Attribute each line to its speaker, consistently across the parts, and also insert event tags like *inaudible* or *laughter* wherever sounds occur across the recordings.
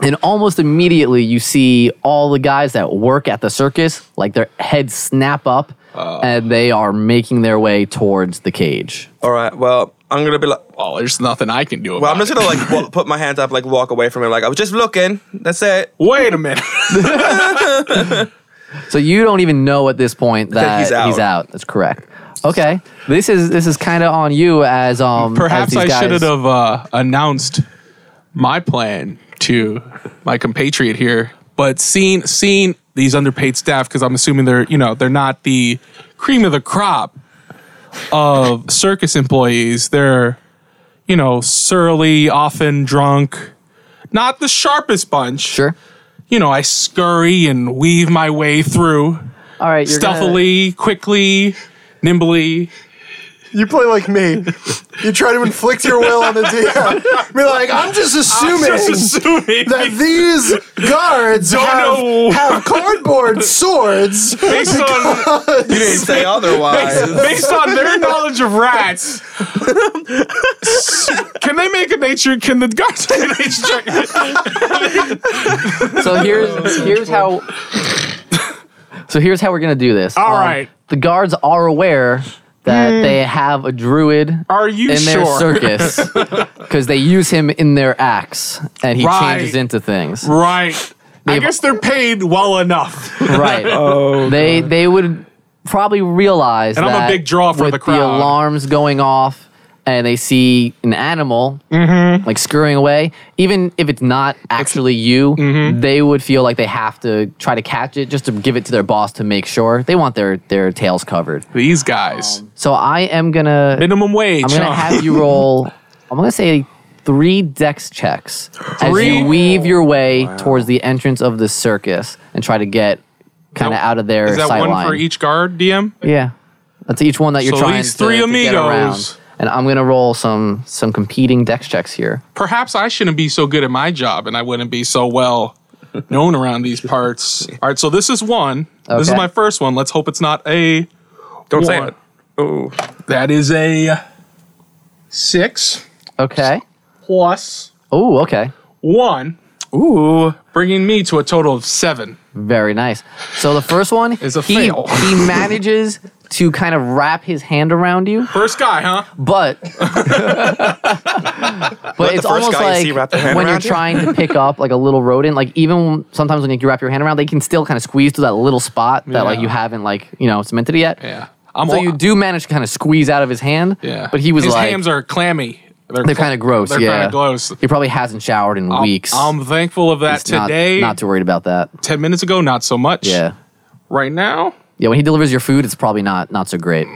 Speaker 1: And almost immediately, you see all the guys that work at the circus, like their heads snap up and they are making their way towards the cage.
Speaker 2: All right. Well, I'm gonna be like.
Speaker 3: Well, there's nothing I can do about
Speaker 2: Well, I'm just
Speaker 3: it.
Speaker 2: gonna like wa- put my hands up, like walk away from it. Like I was just looking. That's it.
Speaker 3: Wait a minute.
Speaker 1: So you don't even know at this point *laughs* that
Speaker 2: He's
Speaker 1: he's
Speaker 2: out.
Speaker 1: out. That's correct. Okay, this is this is kind of on you as um. *laughs* as
Speaker 3: Perhaps
Speaker 1: these
Speaker 3: I
Speaker 1: guys-
Speaker 3: should have uh, announced my plan to my compatriot here, but seeing seeing these underpaid staff because I'm assuming they're you know they're not the cream of the crop of circus employees. They're you know surly, often drunk, not the sharpest bunch.
Speaker 1: Sure.
Speaker 3: You know, I scurry and weave my way through
Speaker 1: All right. You're gonna-
Speaker 3: stealthily, quickly, nimbly.
Speaker 4: You play like me. You try to inflict your will on the DM. Be like, I'm just assuming,
Speaker 3: assuming.
Speaker 4: that these guards
Speaker 3: know.
Speaker 4: have, have cardboard swords.
Speaker 3: based on
Speaker 2: You didn't say otherwise.
Speaker 3: based on their knowledge of rats. can they make a nature? Can the guards *laughs* make a nature check?
Speaker 1: So here's here's
Speaker 3: *laughs*
Speaker 1: how. So here's how we're gonna do this.
Speaker 3: All
Speaker 1: All right.
Speaker 3: right.
Speaker 1: The guards are aware that they have a druid
Speaker 3: Are you
Speaker 1: in their
Speaker 3: sure? *laughs*
Speaker 1: circus because they use him in their acts and he
Speaker 3: Right.
Speaker 1: changes into things.
Speaker 3: Right. I
Speaker 1: They've-
Speaker 3: guess they're paid well enough.
Speaker 1: Right. they they would probably realize
Speaker 3: Oh, And I'm a
Speaker 1: that
Speaker 3: big draw for
Speaker 1: with
Speaker 3: the crowd.
Speaker 1: alarms going off and they see an animal
Speaker 3: Mm-hmm.
Speaker 1: like scurrying away even if it's not actually you
Speaker 3: Mm-hmm.
Speaker 1: they would feel like they have to try to catch it just to give it to their boss to make sure they want their their tails covered
Speaker 3: These guys.
Speaker 2: Um,
Speaker 1: so i am gonna
Speaker 3: Minimum wage.
Speaker 1: i'm gonna
Speaker 3: huh?
Speaker 1: have
Speaker 3: *laughs*
Speaker 1: you roll i'm gonna say three dex checks as
Speaker 3: Three?
Speaker 1: you weave your way towards the entrance of the circus and try to get kind of
Speaker 3: Now,
Speaker 1: out of their
Speaker 3: Is that
Speaker 1: sight
Speaker 3: one
Speaker 1: line.
Speaker 3: for each guard, DM?
Speaker 1: Yeah, that's each one that you're
Speaker 3: So
Speaker 1: trying
Speaker 3: these
Speaker 1: to,
Speaker 3: three
Speaker 1: to get
Speaker 3: amigos.
Speaker 1: around. And I'm gonna roll some some competing dex checks here.
Speaker 3: Perhaps I shouldn't be so good at my job and I wouldn't be so well known around these parts. All right, so this is one. This is
Speaker 1: Okay.
Speaker 3: my first one. Let's hope it's not a
Speaker 2: Don't say
Speaker 3: One.
Speaker 2: it. Oh,
Speaker 3: That is a six
Speaker 1: Okay.
Speaker 3: plus
Speaker 1: Oh, okay.
Speaker 3: one. Ooh. Bringing me to a total of seven.
Speaker 1: Very nice. So the first one
Speaker 3: It's a
Speaker 1: he,
Speaker 3: fail. *laughs*
Speaker 1: he manages to kind of wrap his hand around you,
Speaker 3: First guy, huh?
Speaker 1: but but it's
Speaker 2: first
Speaker 1: almost
Speaker 2: guy you
Speaker 1: like
Speaker 2: see wrap their hand
Speaker 1: when you're
Speaker 2: around you?
Speaker 1: trying to pick up like a little rodent, like even sometimes when you wrap your hand around, they can still kind of squeeze through that little spot that like
Speaker 3: Yeah.
Speaker 1: you haven't like you know cemented it yet.
Speaker 3: Yeah. I'm
Speaker 1: so
Speaker 3: all-
Speaker 1: you do manage to kind of squeeze out of his hand.
Speaker 3: Yeah.
Speaker 1: But he was
Speaker 3: His
Speaker 1: like
Speaker 3: hands are clammy.
Speaker 1: They're kind of gross.
Speaker 3: They're
Speaker 1: yeah,
Speaker 3: kind of gross.
Speaker 1: He probably hasn't showered in
Speaker 3: I'm-
Speaker 1: weeks.
Speaker 3: I'm thankful of that
Speaker 1: It's not-
Speaker 3: today.
Speaker 1: not, too worried about that.
Speaker 3: 10 minutes ago, not so much.
Speaker 1: Yeah,
Speaker 3: Right now,
Speaker 1: yeah. When he delivers your food, it's probably not not so great.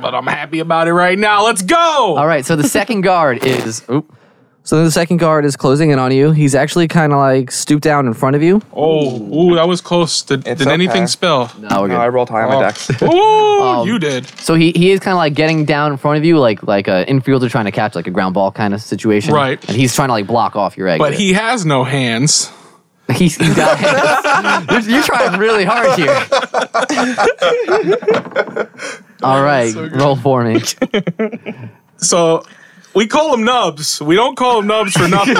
Speaker 3: but I'm happy about it right now. Let's go.
Speaker 1: All right. So the
Speaker 3: *laughs*
Speaker 1: second guard is. Oop. So the second guard is closing in on you. He's actually kind of like stooped down in front of you.
Speaker 3: Oh, ooh, that was close. Did,
Speaker 2: It's
Speaker 3: did anything
Speaker 2: okay.
Speaker 3: spill?
Speaker 1: *laughs* No, Um, we're good.
Speaker 2: I rolled high on my deck.
Speaker 3: Ooh, you did.
Speaker 1: So he, he is kind of like getting down in front of you, like like an infielder trying to catch like a ground ball kind of situation.
Speaker 3: Right.
Speaker 1: And he's trying to like block off your exit.
Speaker 3: But he has no hands.
Speaker 1: *laughs* He's, he's got hands. *laughs* you're, you're trying really hard
Speaker 3: *laughs*
Speaker 1: here. All right, roll for
Speaker 3: *laughs*
Speaker 1: me.
Speaker 3: So we call them nubs. We don't call them nubs for nothing.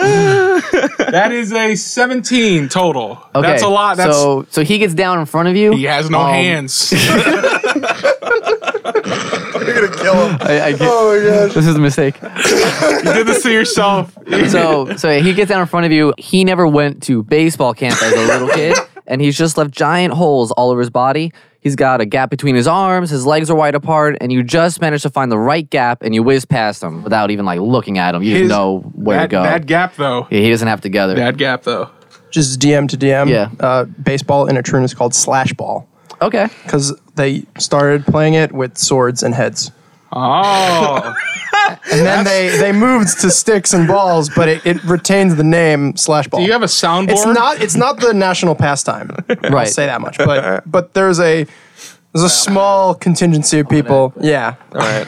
Speaker 3: that is a 17 total.
Speaker 1: Okay,
Speaker 3: That's a lot. That's
Speaker 1: so so he gets down in front of you.
Speaker 3: he has no
Speaker 1: Um,
Speaker 3: hands.
Speaker 4: You're gonna kill him.
Speaker 1: I, I get-
Speaker 4: Oh my gosh.
Speaker 1: this is a mistake.
Speaker 3: you did this to yourself. *laughs*
Speaker 1: So so he gets down in front of you. He never went to baseball camp as a little
Speaker 3: *laughs*
Speaker 1: kid, and he's just left giant holes all over his body. He's got a gap between his arms. His legs are wide apart, and you just manage to find the right gap, and you whiz past him without even like looking at him. You
Speaker 3: His-
Speaker 1: just know where
Speaker 3: Bad,
Speaker 1: to go.
Speaker 3: bad gap though.
Speaker 1: Yeah, he doesn't have to gather.
Speaker 3: Bad gap though.
Speaker 4: Just DM to DM.
Speaker 1: Yeah.
Speaker 4: Uh, baseball in a turn is called slash ball
Speaker 1: Okay.
Speaker 4: because they started playing it with swords and heads.
Speaker 3: Oh,
Speaker 4: And then they, they moved to sticks and balls, but it, it retains the name slash ball.
Speaker 3: do *laughs* you have a soundboard?
Speaker 4: It's not it's not the national pastime. I'll
Speaker 1: Right.
Speaker 4: say that much. But but there's a there's a small contingency of people. Yeah.
Speaker 2: All right.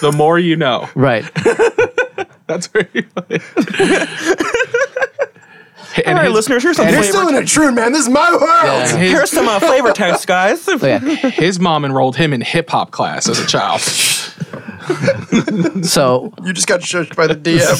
Speaker 3: The more you know.
Speaker 1: *laughs* Right.
Speaker 3: That's where you.
Speaker 2: All right, listeners, here's some
Speaker 4: You're
Speaker 2: flavor.
Speaker 4: still in a true man. This is my world.
Speaker 1: Yeah.
Speaker 2: here's some
Speaker 1: *laughs*
Speaker 2: uh, flavor text, guys.
Speaker 1: So, yeah.
Speaker 3: His mom enrolled him in hip hop class as a child. *laughs*
Speaker 1: So
Speaker 4: You just got shushed by the DM.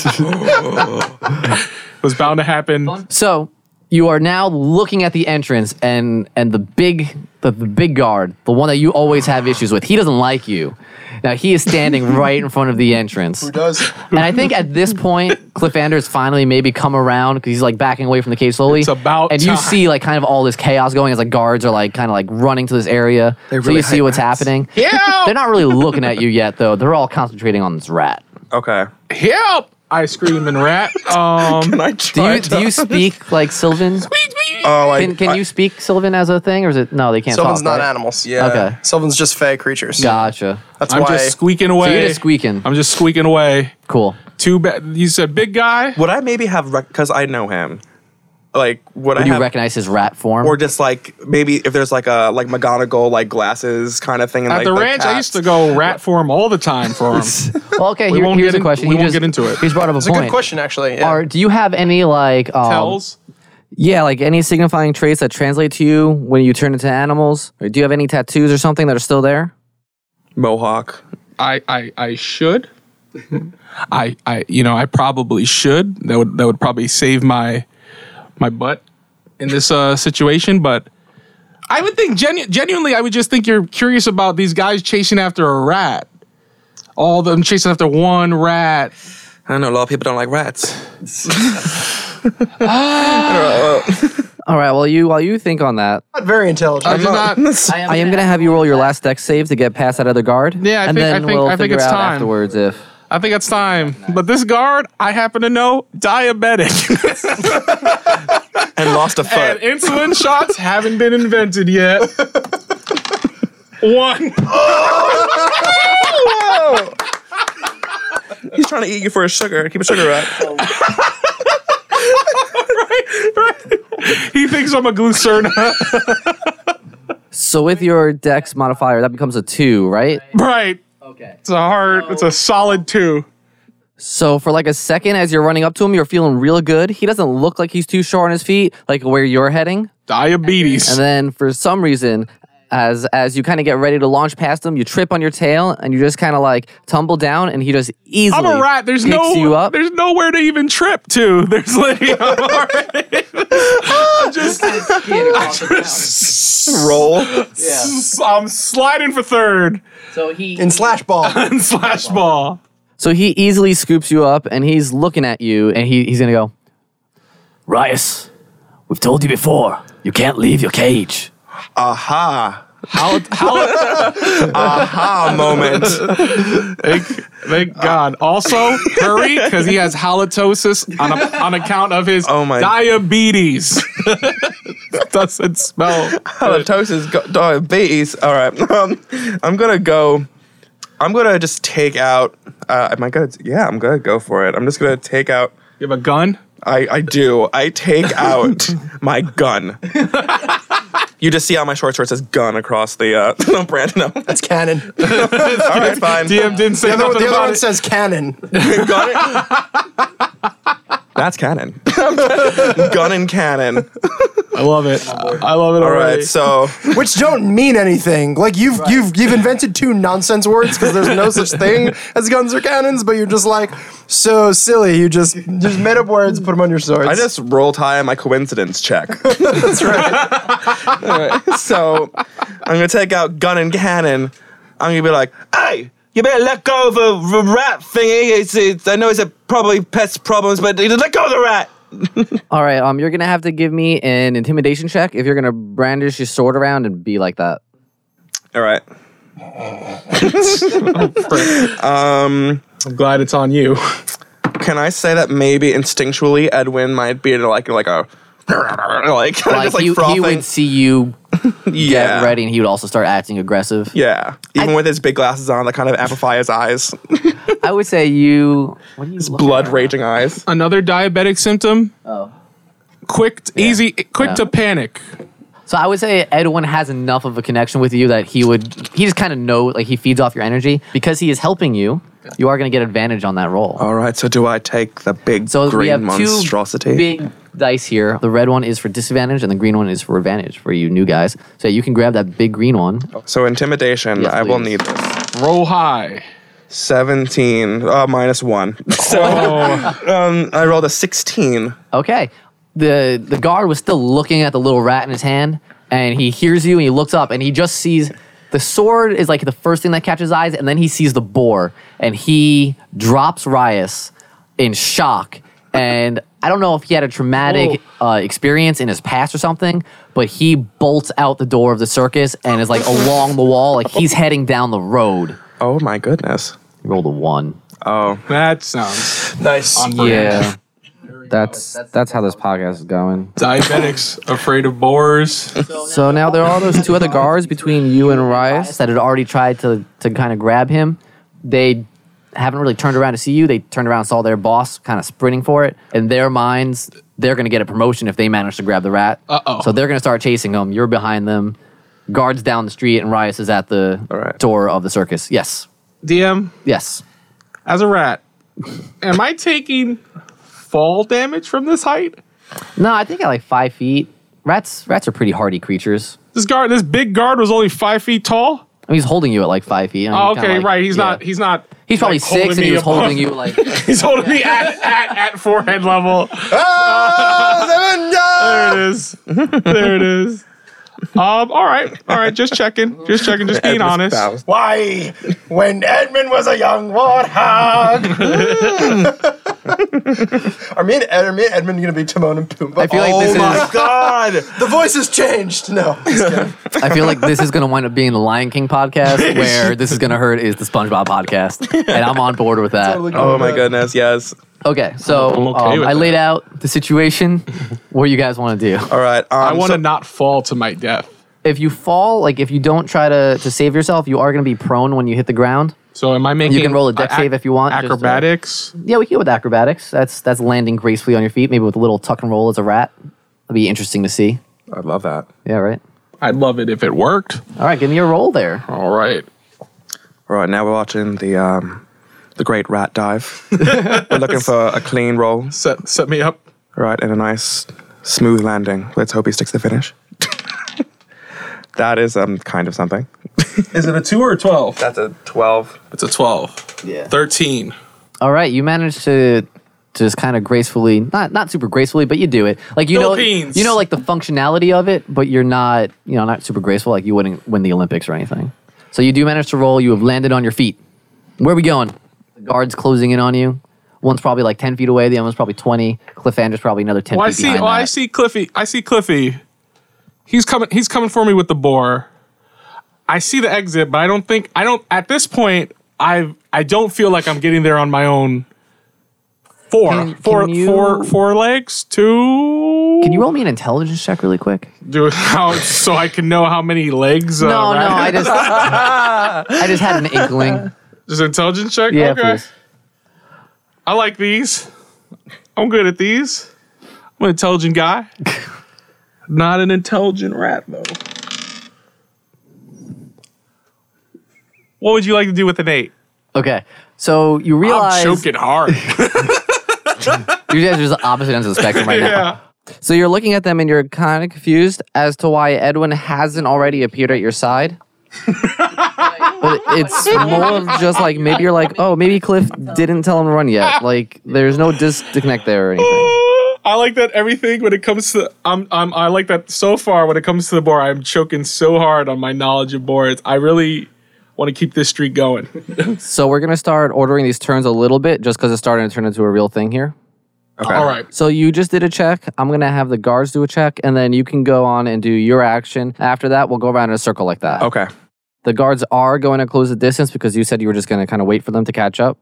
Speaker 3: It was bound to happen.
Speaker 1: So you are now looking at the entrance and and the big the, the big guard, the one that you always have issues with. He doesn't like you. Now he is standing
Speaker 4: *laughs*
Speaker 1: right in front of the entrance.
Speaker 4: Who does?
Speaker 1: And I think at this point, Cliff Anders finally maybe come around because he's like backing away from the cage slowly.
Speaker 3: It's about
Speaker 1: and you
Speaker 3: time.
Speaker 1: see like kind of all this chaos going as like guards are like kind of like running to this area. so
Speaker 4: really
Speaker 1: you see
Speaker 4: hate
Speaker 1: what's
Speaker 4: rats.
Speaker 1: happening. They're
Speaker 3: Help!
Speaker 1: not really looking at you yet though. They're all concentrating on this rat.
Speaker 2: Okay.
Speaker 3: Help! I scream and rat. Um,
Speaker 2: I
Speaker 1: Do
Speaker 2: tried
Speaker 1: you do you speak like Sylvan?
Speaker 3: *laughs*
Speaker 2: Oh, I,
Speaker 1: Can, can
Speaker 2: I-
Speaker 1: you speak Sylvan as a thing, or is it no? They can't.
Speaker 4: Sylvan's
Speaker 1: talk,
Speaker 4: not
Speaker 1: right?
Speaker 4: animals. Uh,
Speaker 2: Yeah.
Speaker 1: Okay.
Speaker 4: Sylvan's just fey creatures.
Speaker 1: Gotcha.
Speaker 4: That's
Speaker 3: I'm
Speaker 4: why.
Speaker 3: just squeaking away.
Speaker 1: So you're just squeaking.
Speaker 3: I'm just squeaking away.
Speaker 1: cool.
Speaker 3: Too bad. You said big guy.
Speaker 2: Would I maybe have because I know him? Like, would, I
Speaker 1: Would you
Speaker 2: have,
Speaker 1: recognize his rat form?
Speaker 2: or just like maybe if there's like a like McGonagall like glasses kind of thing? And
Speaker 3: At
Speaker 2: like,
Speaker 3: the ranch, I used to go rat for him all the time for him.
Speaker 1: well, okay,
Speaker 3: We
Speaker 1: here-
Speaker 3: won't
Speaker 1: here's a
Speaker 3: get in-
Speaker 1: question. He
Speaker 3: we won't
Speaker 1: just-
Speaker 3: get into it.
Speaker 1: He's brought up a
Speaker 4: it's a
Speaker 1: point.
Speaker 4: good question, actually. Yeah.
Speaker 1: Are, do you have any like um,
Speaker 3: Tells.
Speaker 1: Yeah, like any signifying traits that translate to you when you turn into animals? Or do you have any tattoos or something that are still there?
Speaker 2: Mohawk.
Speaker 3: I, I, I should. I, I, you know, I probably should. That would, that would probably save my, my butt in this uh, situation. But I would think genu- genuinely, I would just think you're curious about these guys chasing after a rat. All them chasing after one rat.
Speaker 2: I know a lot of people don't like rats.
Speaker 1: All right. Well, you while you think on that,
Speaker 4: not very intelligent.
Speaker 3: I'm not.
Speaker 1: I am, gonna have you roll your last deck save to get past that other guard.
Speaker 3: Yeah, I
Speaker 1: and
Speaker 3: think-
Speaker 1: then
Speaker 3: I think-
Speaker 1: we'll
Speaker 3: I think
Speaker 1: figure
Speaker 3: it's
Speaker 1: out
Speaker 3: time.
Speaker 1: afterwards if.
Speaker 3: I think it's time. But this guard, I happen to know,
Speaker 2: *laughs*
Speaker 3: diabetic,
Speaker 2: And lost a
Speaker 3: *laughs*
Speaker 2: foot.
Speaker 3: and
Speaker 2: *laughs*
Speaker 3: insulin shots haven't been invented yet.
Speaker 2: *laughs*
Speaker 3: One.
Speaker 2: He's trying to eat you for a sugar. Keep a sugar rat.
Speaker 3: He thinks I'm a glucerna. *laughs*
Speaker 1: So with your dex modifier, that becomes a two, right?
Speaker 3: right.
Speaker 1: Okay.
Speaker 3: It's a hard. It's a solid two.
Speaker 1: So for like a second, as you're running up to him, you're feeling real good. He doesn't look like he's too sure on his feet, like where you're heading.
Speaker 3: Diabetes.
Speaker 1: And then for some reason, as as you kind of get ready to launch past him, you trip on your tail and you just kind of like tumble down, and he just easily
Speaker 3: I'm a rat. There's
Speaker 1: picks
Speaker 3: no.
Speaker 1: you up.
Speaker 3: There's nowhere to even trip to. *laughs* There's like. I'm already- I'm *laughs* just. *laughs*
Speaker 2: Roll.
Speaker 3: I'm sliding for third
Speaker 1: So he
Speaker 4: in slash
Speaker 3: *laughs*
Speaker 4: ball.
Speaker 3: and slash ball.
Speaker 1: so he easily scoops you up, and he's looking at you, and he, he's gonna go. Rias, we've told you before. You can't leave your cage.
Speaker 2: Aha.
Speaker 3: How? How?
Speaker 2: Aha moment.
Speaker 3: thank, thank God. Also, hurry because he has halitosis on, a, on account of his
Speaker 2: Oh my-
Speaker 3: diabetes. *laughs* Doesn't smell.
Speaker 2: Halitosis, Oh, go- diabetes. All right. *laughs* Um, I'm gonna go. I'm gonna just take out. Uh, am I gonna? Yeah, I'm gonna go for it. I'm just gonna take out.
Speaker 3: You have a gun.
Speaker 2: I, I do. I *laughs* take out my *laughs* gun. you just see on my short sword says gun across the uh, *laughs* brand. No.
Speaker 4: That's
Speaker 3: *laughs*
Speaker 4: canon. The
Speaker 2: All right, fine.
Speaker 3: DM didn't say
Speaker 4: other,
Speaker 3: nothing
Speaker 4: the other
Speaker 3: about
Speaker 4: one
Speaker 3: it.
Speaker 4: says canon.
Speaker 2: Gun- *laughs* That's canon. *laughs* gun and cannon.
Speaker 3: I love it. I love it.
Speaker 2: All right, so
Speaker 4: which don't mean anything. Like you've you've you've invented two nonsense words because there's no such *laughs* thing as guns or cannons, but you're just like so silly. You just just made up words, put them on your swords.
Speaker 2: I just roll high on my
Speaker 1: *laughs*
Speaker 2: coincidence check. That's right. All right. So I'm gonna take out gun and cannon. I'm gonna be like, hey, you better let go of the the rat thingy. It's, it's, I know it's a probably pest problems, but let go of the rat.
Speaker 1: All right, um, you're gonna have to give me an intimidation check if you're gonna brandish your sword around and be like that.
Speaker 2: All right.
Speaker 3: I'm glad it's on you.
Speaker 1: Oh.
Speaker 2: Can I say that maybe instinctually Edwin might be like like a *laughs* like,
Speaker 1: Like,
Speaker 2: just like
Speaker 1: he, he
Speaker 2: frothing?
Speaker 1: would see you get
Speaker 2: yeah.
Speaker 1: ready, and he would also start acting aggressive.
Speaker 2: Yeah, even with his big glasses on, that kind of amplify his eyes,
Speaker 1: I would say you. What do you look
Speaker 2: blood
Speaker 1: at?
Speaker 2: raging eyes.
Speaker 3: Another diabetic symptom.
Speaker 1: Oh.
Speaker 3: Quick, easy, quick
Speaker 1: Yeah.
Speaker 3: to panic.
Speaker 1: So I would say Edwin has enough of a connection with you that he would. He just kind of know, like he feeds off your energy because he is helping you. You are going to get advantage on that roll.
Speaker 2: All right, so do I take the big
Speaker 1: so we have
Speaker 2: green
Speaker 1: two
Speaker 2: monstrosity?
Speaker 1: big dice here. The red one is for disadvantage, and the green one is for advantage for you new guys. So you can grab that big green one.
Speaker 2: so intimidation,
Speaker 1: Yes,
Speaker 2: I will
Speaker 1: please.
Speaker 2: need this.
Speaker 3: Roll high.
Speaker 2: 17. Uh, minus one.
Speaker 3: *laughs*
Speaker 2: So
Speaker 3: Oh.
Speaker 2: um, I rolled a 16.
Speaker 1: Okay. The the guard was still looking at the little rat in his hand, and he hears you and he looks up and he just sees the sword is like the first thing that catches eyes, and then he sees the boar and he drops Rias in shock. And I don't know if he had a traumatic uh, experience in his past or something, but he bolts out the door of the circus and is like along the wall, like he's heading down the road.
Speaker 2: Oh my goodness. Oh.
Speaker 1: He rolled a one.
Speaker 3: That sounds
Speaker 4: Nice.
Speaker 3: on brand.
Speaker 1: That's that's how this podcast is going.
Speaker 3: Diabetics afraid of boars.
Speaker 1: So now there are those two other guards between you and Rias that had already tried to, to kind of grab him. They haven't really turned around to see you. They turned around and saw their boss kind of sprinting for it. In their minds, they're going to get a promotion if they manage to grab the rat.
Speaker 3: Uh-oh.
Speaker 1: So they're going to start chasing him. You're behind them. Guards down the street, and Rias is at the
Speaker 2: right.
Speaker 1: door of the circus. Yes.
Speaker 3: DM,
Speaker 1: Yes.
Speaker 3: as a rat, am I taking fall damage from this height?
Speaker 1: No, I think at like five feet. Rats rats are pretty hardy creatures.
Speaker 3: This guard, this big guard, was only five feet tall.
Speaker 1: I mean, he's holding you at like five feet. I mean,
Speaker 3: Oh,
Speaker 1: kinda
Speaker 3: okay,
Speaker 1: like-
Speaker 3: right. He's
Speaker 1: yeah.
Speaker 3: not. He's not.
Speaker 1: He's probably
Speaker 3: like, holding
Speaker 1: six, and he
Speaker 3: me
Speaker 1: was
Speaker 3: above-
Speaker 1: holding you like.
Speaker 3: *laughs* He's
Speaker 1: *laughs*
Speaker 3: holding me at, at at forehead level.
Speaker 4: Oh, *laughs*
Speaker 3: There it is. There it is. Um. All right. All right. Just checking. Just checking. Just being honest. *laughs*
Speaker 2: Bows.
Speaker 4: Why, when Edmund was a young warthog. *laughs* are, me and Ed, are me and Edmund going to be Timon and Pumbaa?
Speaker 1: I feel like
Speaker 4: oh
Speaker 1: this
Speaker 4: my
Speaker 1: is.
Speaker 2: God.
Speaker 4: The voice has changed. *laughs* No.
Speaker 1: I feel like this is going to wind up being the Lion King
Speaker 3: *laughs*
Speaker 1: podcast, where this is going to hurt is the SpongeBob podcast, and I'm on board with that.
Speaker 2: Oh my goodness. Yes.
Speaker 1: Okay, so
Speaker 3: I'm okay
Speaker 1: um,
Speaker 3: with
Speaker 1: I
Speaker 3: that.
Speaker 1: laid out the situation. What you guys want to do?
Speaker 2: All right. Um,
Speaker 3: I want to
Speaker 2: so-
Speaker 3: not fall to my death.
Speaker 1: If you fall, like if you don't try to to save yourself, you are going to be prone when you hit the ground.
Speaker 3: So am I making?
Speaker 1: You can roll a deck save if you want, just, uh,
Speaker 3: Acrobatics.
Speaker 1: Yeah, we can go with acrobatics. That's that's landing gracefully on your feet, maybe with a little tuck and roll as a rat. That'd be interesting to see.
Speaker 2: I love that.
Speaker 1: Yeah, right.
Speaker 3: I'd love it if it worked.
Speaker 1: All right, give me a roll there.
Speaker 3: All right.
Speaker 2: All right. Now we're watching the um, the Great Rat Dive.
Speaker 3: *laughs*
Speaker 2: we're looking for a clean roll.
Speaker 3: Set set me up.
Speaker 2: All right, and a nice smooth landing. Let's hope he sticks the finish. *laughs* that is um kind of something.
Speaker 3: Is it a two or a twelve?
Speaker 2: That's a twelve.
Speaker 3: It's a twelve.
Speaker 1: Yeah.
Speaker 3: Thirteen.
Speaker 1: All right, you managed to to just kind of gracefully, not not super gracefully, but you do it. Like you know,
Speaker 3: Philippines.
Speaker 1: you know, like the functionality of it, but you're not, you know, not super graceful. Like you wouldn't win the Olympics or anything. So you do manage to roll. You have landed on your feet. Where are we going? The guards closing in on you. One's probably like ten feet away. The other one's probably twenty. Cliffander's probably another ten
Speaker 3: Well, Oh, I
Speaker 1: feet
Speaker 3: see.
Speaker 1: behind
Speaker 3: Well, I
Speaker 1: that.
Speaker 3: see Cliffy. I see Cliffy. He's coming. He's coming for me with the boar. I see the exit, but I don't think I don't. At this point, I I don't feel like I'm getting there on my own. Four,
Speaker 1: Can-
Speaker 3: four-
Speaker 1: can you-
Speaker 3: four- four legs. Two.
Speaker 1: Can you roll me an intelligence check really quick?
Speaker 3: do it *laughs* how so I can know how many legs? Uh,
Speaker 1: no, no,
Speaker 3: Ryan-
Speaker 1: I just, I just had an
Speaker 3: *laughs*
Speaker 1: inkling.
Speaker 3: Just intelligence check.
Speaker 1: Yeah,
Speaker 3: okay.
Speaker 1: please.
Speaker 3: I like these. I'm good at these. I'm an intelligent guy. *laughs* Not an intelligent rat, though. What would you like to do with an eight?
Speaker 1: Okay, so you realize
Speaker 3: I'm choking hard.
Speaker 1: you guys are just the opposite ends of the spectrum
Speaker 3: *laughs*
Speaker 1: right now.
Speaker 3: *laughs* yeah.
Speaker 1: So you're looking at them and you're kind of confused as to why Edwin hasn't already appeared at your side. *laughs* but it's more of just like maybe you're like, oh, maybe Cliff didn't tell him to run yet. Like there's no disconnect there or anything.
Speaker 3: I like that everything when it comes to I'm, I'm I like that so far when it comes to the board I'm choking so hard on my knowledge of boards I really want to keep this streak going
Speaker 1: So we're gonna start ordering these turns a little bit just because it's starting to turn into a real thing here.
Speaker 2: Okay.
Speaker 3: all right
Speaker 1: So you just did a check. I'm gonna have the guards do a check, and then you can go on and do your action. After that, we'll go around in a circle like that.
Speaker 2: Okay.
Speaker 1: The guards are going to close the distance because you said you were just gonna kind of wait for them to catch up.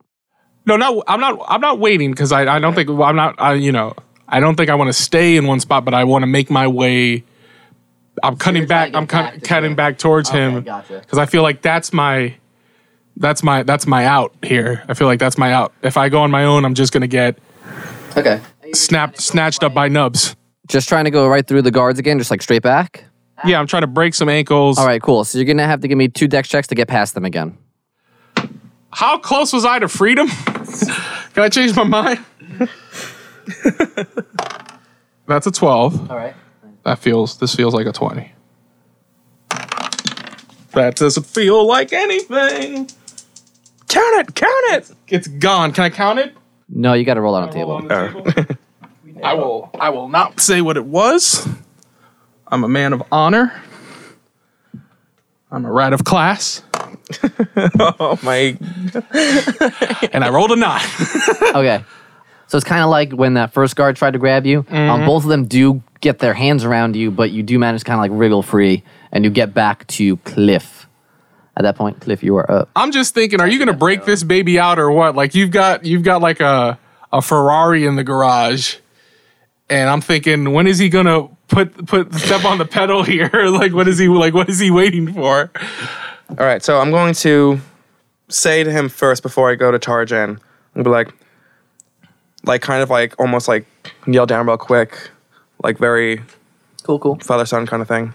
Speaker 3: No, no, I'm not. I'm not waiting because I, I don't think well, I'm not. I, you know, I don't think I want to stay in one spot, but I want to make my way. I'm
Speaker 1: trying
Speaker 3: cutting back.
Speaker 1: to get
Speaker 3: I'm cut,
Speaker 1: back to
Speaker 3: cutting
Speaker 1: him.
Speaker 3: back towards
Speaker 1: Okay,
Speaker 3: him
Speaker 1: gotcha.
Speaker 3: because I feel like that's my, that's my, that's my out here. I feel like that's my out. If I go on my own, I'm just gonna get
Speaker 1: Okay.
Speaker 3: snapped, snatched up by nubs.
Speaker 1: Just trying to go right through the guards again, just like straight back.
Speaker 3: Yeah, I'm trying to break some ankles.
Speaker 1: All right, cool. So you're gonna have to give me two dex checks to get past them again.
Speaker 3: How close was I
Speaker 1: *laughs*
Speaker 3: to freedom? Can I change my mind? that's a twelve.
Speaker 1: All right.
Speaker 3: That feels. This feels like a twenty. That doesn't feel like anything.
Speaker 2: Count it, count it.
Speaker 3: It's gone. Can I count it?
Speaker 1: No, you got to roll out on the table.
Speaker 3: I will. I will not say what it was. I'm a man of honor. I'm a rat of class,
Speaker 2: Oh my!
Speaker 3: and I rolled a nine.
Speaker 1: Okay. So it's kind of like when that first guard tried to grab you. Um, both of them do get their hands around you, but you do manage to kind of like wriggle free, and you get back to Cliff. At that point, Cliff, you are up.
Speaker 3: I'm just thinking, are you gonna break this baby out or what? Like you've got you've got like a a Ferrari in the garage, and I'm thinking, when is he gonna put put step on the pedal here? *laughs* like what is he like? What is he waiting for?
Speaker 2: All right, so I'm going to say to him first before I go to Tarjan. I'm gonna be like, like kind of like almost like kneel down real quick, like very
Speaker 1: Cool, cool.
Speaker 2: father son kind of thing.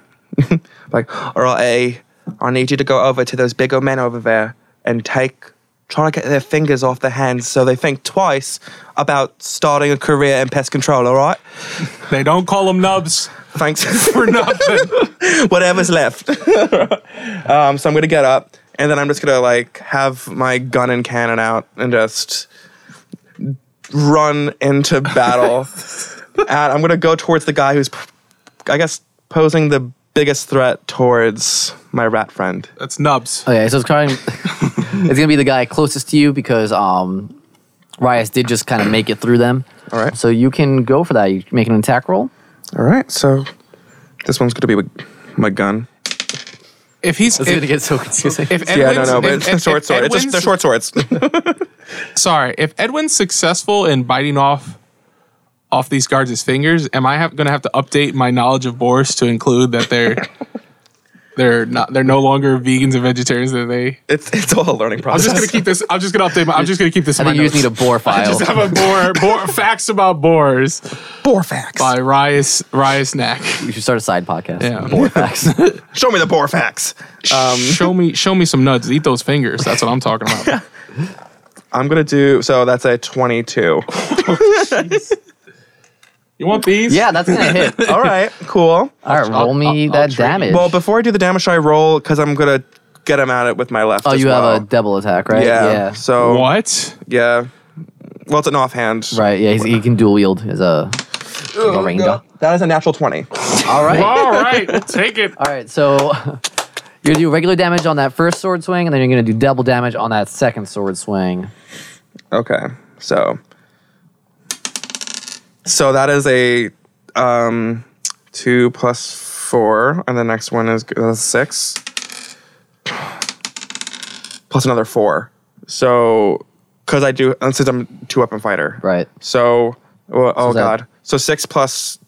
Speaker 2: *laughs* like, all right, eh, I need you to go over to those big old men over there and take, try to get their fingers off their hands so they think twice about starting a career in pest control, all right?
Speaker 3: They don't call him nubs *laughs*
Speaker 2: Thanks *laughs*
Speaker 3: for
Speaker 2: for
Speaker 3: nothing.
Speaker 2: whatever's left. *laughs* um, so I'm going to get up and then I'm just going to like have my gun and cannon out and just run into *laughs* battle. and I'm going to go towards the guy who's, p- I guess, posing the biggest threat towards my rat friend.
Speaker 3: That's nubs.
Speaker 1: Okay, so it's kind *laughs* of, it's gonna be the guy closest to you because um, Rias did just kind of make it through them.
Speaker 2: All right.
Speaker 1: So you can go for that. You make an attack roll.
Speaker 2: All right, so this one's going to be with my gun.
Speaker 3: If he's
Speaker 1: It's gonna get so confusing.
Speaker 3: if Edwin's,
Speaker 2: Yeah, no, no, but
Speaker 3: if-
Speaker 2: it's
Speaker 3: if-
Speaker 2: a short
Speaker 3: if
Speaker 2: sword. It's just
Speaker 3: Edwin's-
Speaker 2: they're short *laughs* swords.
Speaker 3: Sorry, if Edwin's successful in biting off off these guards' fingers, am I have, gonna have to update my knowledge of Boris to include that they're
Speaker 1: *laughs*
Speaker 3: they're not they're no longer vegans and vegetarians? That they
Speaker 2: it's it's all a learning
Speaker 3: I'm
Speaker 2: process.
Speaker 3: just gonna keep this. I'm just gonna update. My, I'm just gonna keep
Speaker 1: *laughs*
Speaker 3: this.
Speaker 1: I
Speaker 3: in
Speaker 1: think
Speaker 3: my
Speaker 1: you just need a
Speaker 3: notes.
Speaker 1: bore file.
Speaker 3: Just have a bore, bore facts about boars
Speaker 2: bore facts.
Speaker 3: by Rias Rias Knack.
Speaker 1: you should start a side podcast. *laughs*
Speaker 3: Yeah. Um,
Speaker 1: Bore facts.
Speaker 2: Show me the bore facts.
Speaker 3: show me show me some nuts. Eat those fingers. That's what I'm talking
Speaker 1: *laughs*
Speaker 3: about.
Speaker 2: I'm gonna do so. That's a 22.
Speaker 3: You want these?
Speaker 1: yeah, that's gonna hit.
Speaker 2: *laughs* All right, cool.
Speaker 1: All right, roll me
Speaker 3: I'll- I'll
Speaker 1: that
Speaker 3: trade you.
Speaker 1: damage.
Speaker 2: Well, before I do the damage, should I roll because I'm gonna get him at it with my left.
Speaker 1: Oh,
Speaker 2: as
Speaker 1: you
Speaker 2: well.
Speaker 1: have a double attack, right?
Speaker 2: yeah. So
Speaker 1: *laughs*
Speaker 3: What?
Speaker 2: Yeah. Well, it's an offhand.
Speaker 1: Right. Yeah. He's, he can dual wield as a, like a ranger.
Speaker 2: That is a natural 20.
Speaker 1: All right. All
Speaker 3: All right, we'll take it.
Speaker 1: right. So *laughs* you're gonna do regular damage on that first sword swing, and then you're gonna do double damage on that second sword swing.
Speaker 2: Okay. So. So that is a um, two plus four, and the next one is uh, six. Plus another four. So, because I do, and since I'm two weapon fighter.
Speaker 1: Right.
Speaker 2: So, well, oh
Speaker 1: that-
Speaker 2: god. So six plus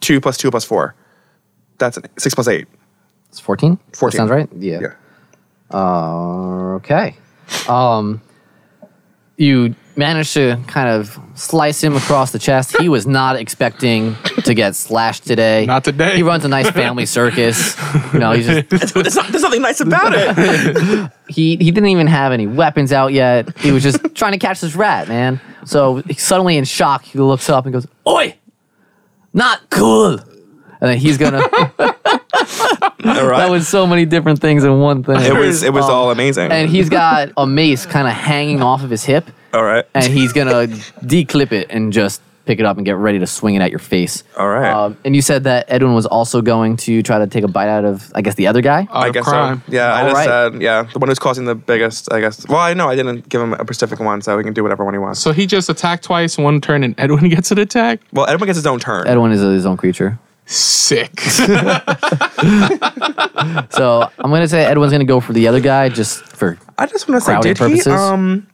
Speaker 2: two plus two plus four. That's an, six plus eight.
Speaker 1: It's fourteen.
Speaker 2: 14.
Speaker 1: Sounds right. Yeah.
Speaker 2: Yeah.
Speaker 1: Uh, okay. Um, you managed to kind of slice him across the chest. He was not expecting to get slashed today.
Speaker 3: Not today.
Speaker 1: He runs a nice family circus. You know, he's just
Speaker 2: *laughs* there's, not- there's nothing nice about it.
Speaker 1: he he didn't even have any weapons out yet. He was just trying to catch this rat, man. So suddenly in shock, he looks up and goes, "Oi, not cool." And then he's gonna.
Speaker 2: *laughs* All right.
Speaker 1: that was so many different things in one thing.
Speaker 2: it was it was all amazing.
Speaker 1: And he's got a mace kind of hanging off of his hip,
Speaker 2: all right.
Speaker 1: and he's gonna declip it and just pick it up and get ready to swing it at your face.
Speaker 2: All right.
Speaker 1: Um, and you said that Edwin was also going to try to take a bite out of, I guess, the other guy.
Speaker 3: Out
Speaker 2: I
Speaker 3: of
Speaker 2: guess
Speaker 3: crime.
Speaker 2: so. Yeah, I
Speaker 1: All
Speaker 2: just
Speaker 1: right.
Speaker 2: said yeah, the one who's causing the biggest. I guess. Well, I know I didn't give him a specific one, so he can do whatever one he wants.
Speaker 3: So he just attacked twice, one turn, and Edwin *laughs* gets an attack.
Speaker 2: Well, everyone gets his own turn.
Speaker 1: Edwin is his own creature. *laughs*
Speaker 3: Sick.
Speaker 1: So I'm gonna say Edwin's gonna go for the other guy just for.
Speaker 2: I just want to say,
Speaker 1: Crowding
Speaker 2: did
Speaker 1: purposes?
Speaker 2: he um,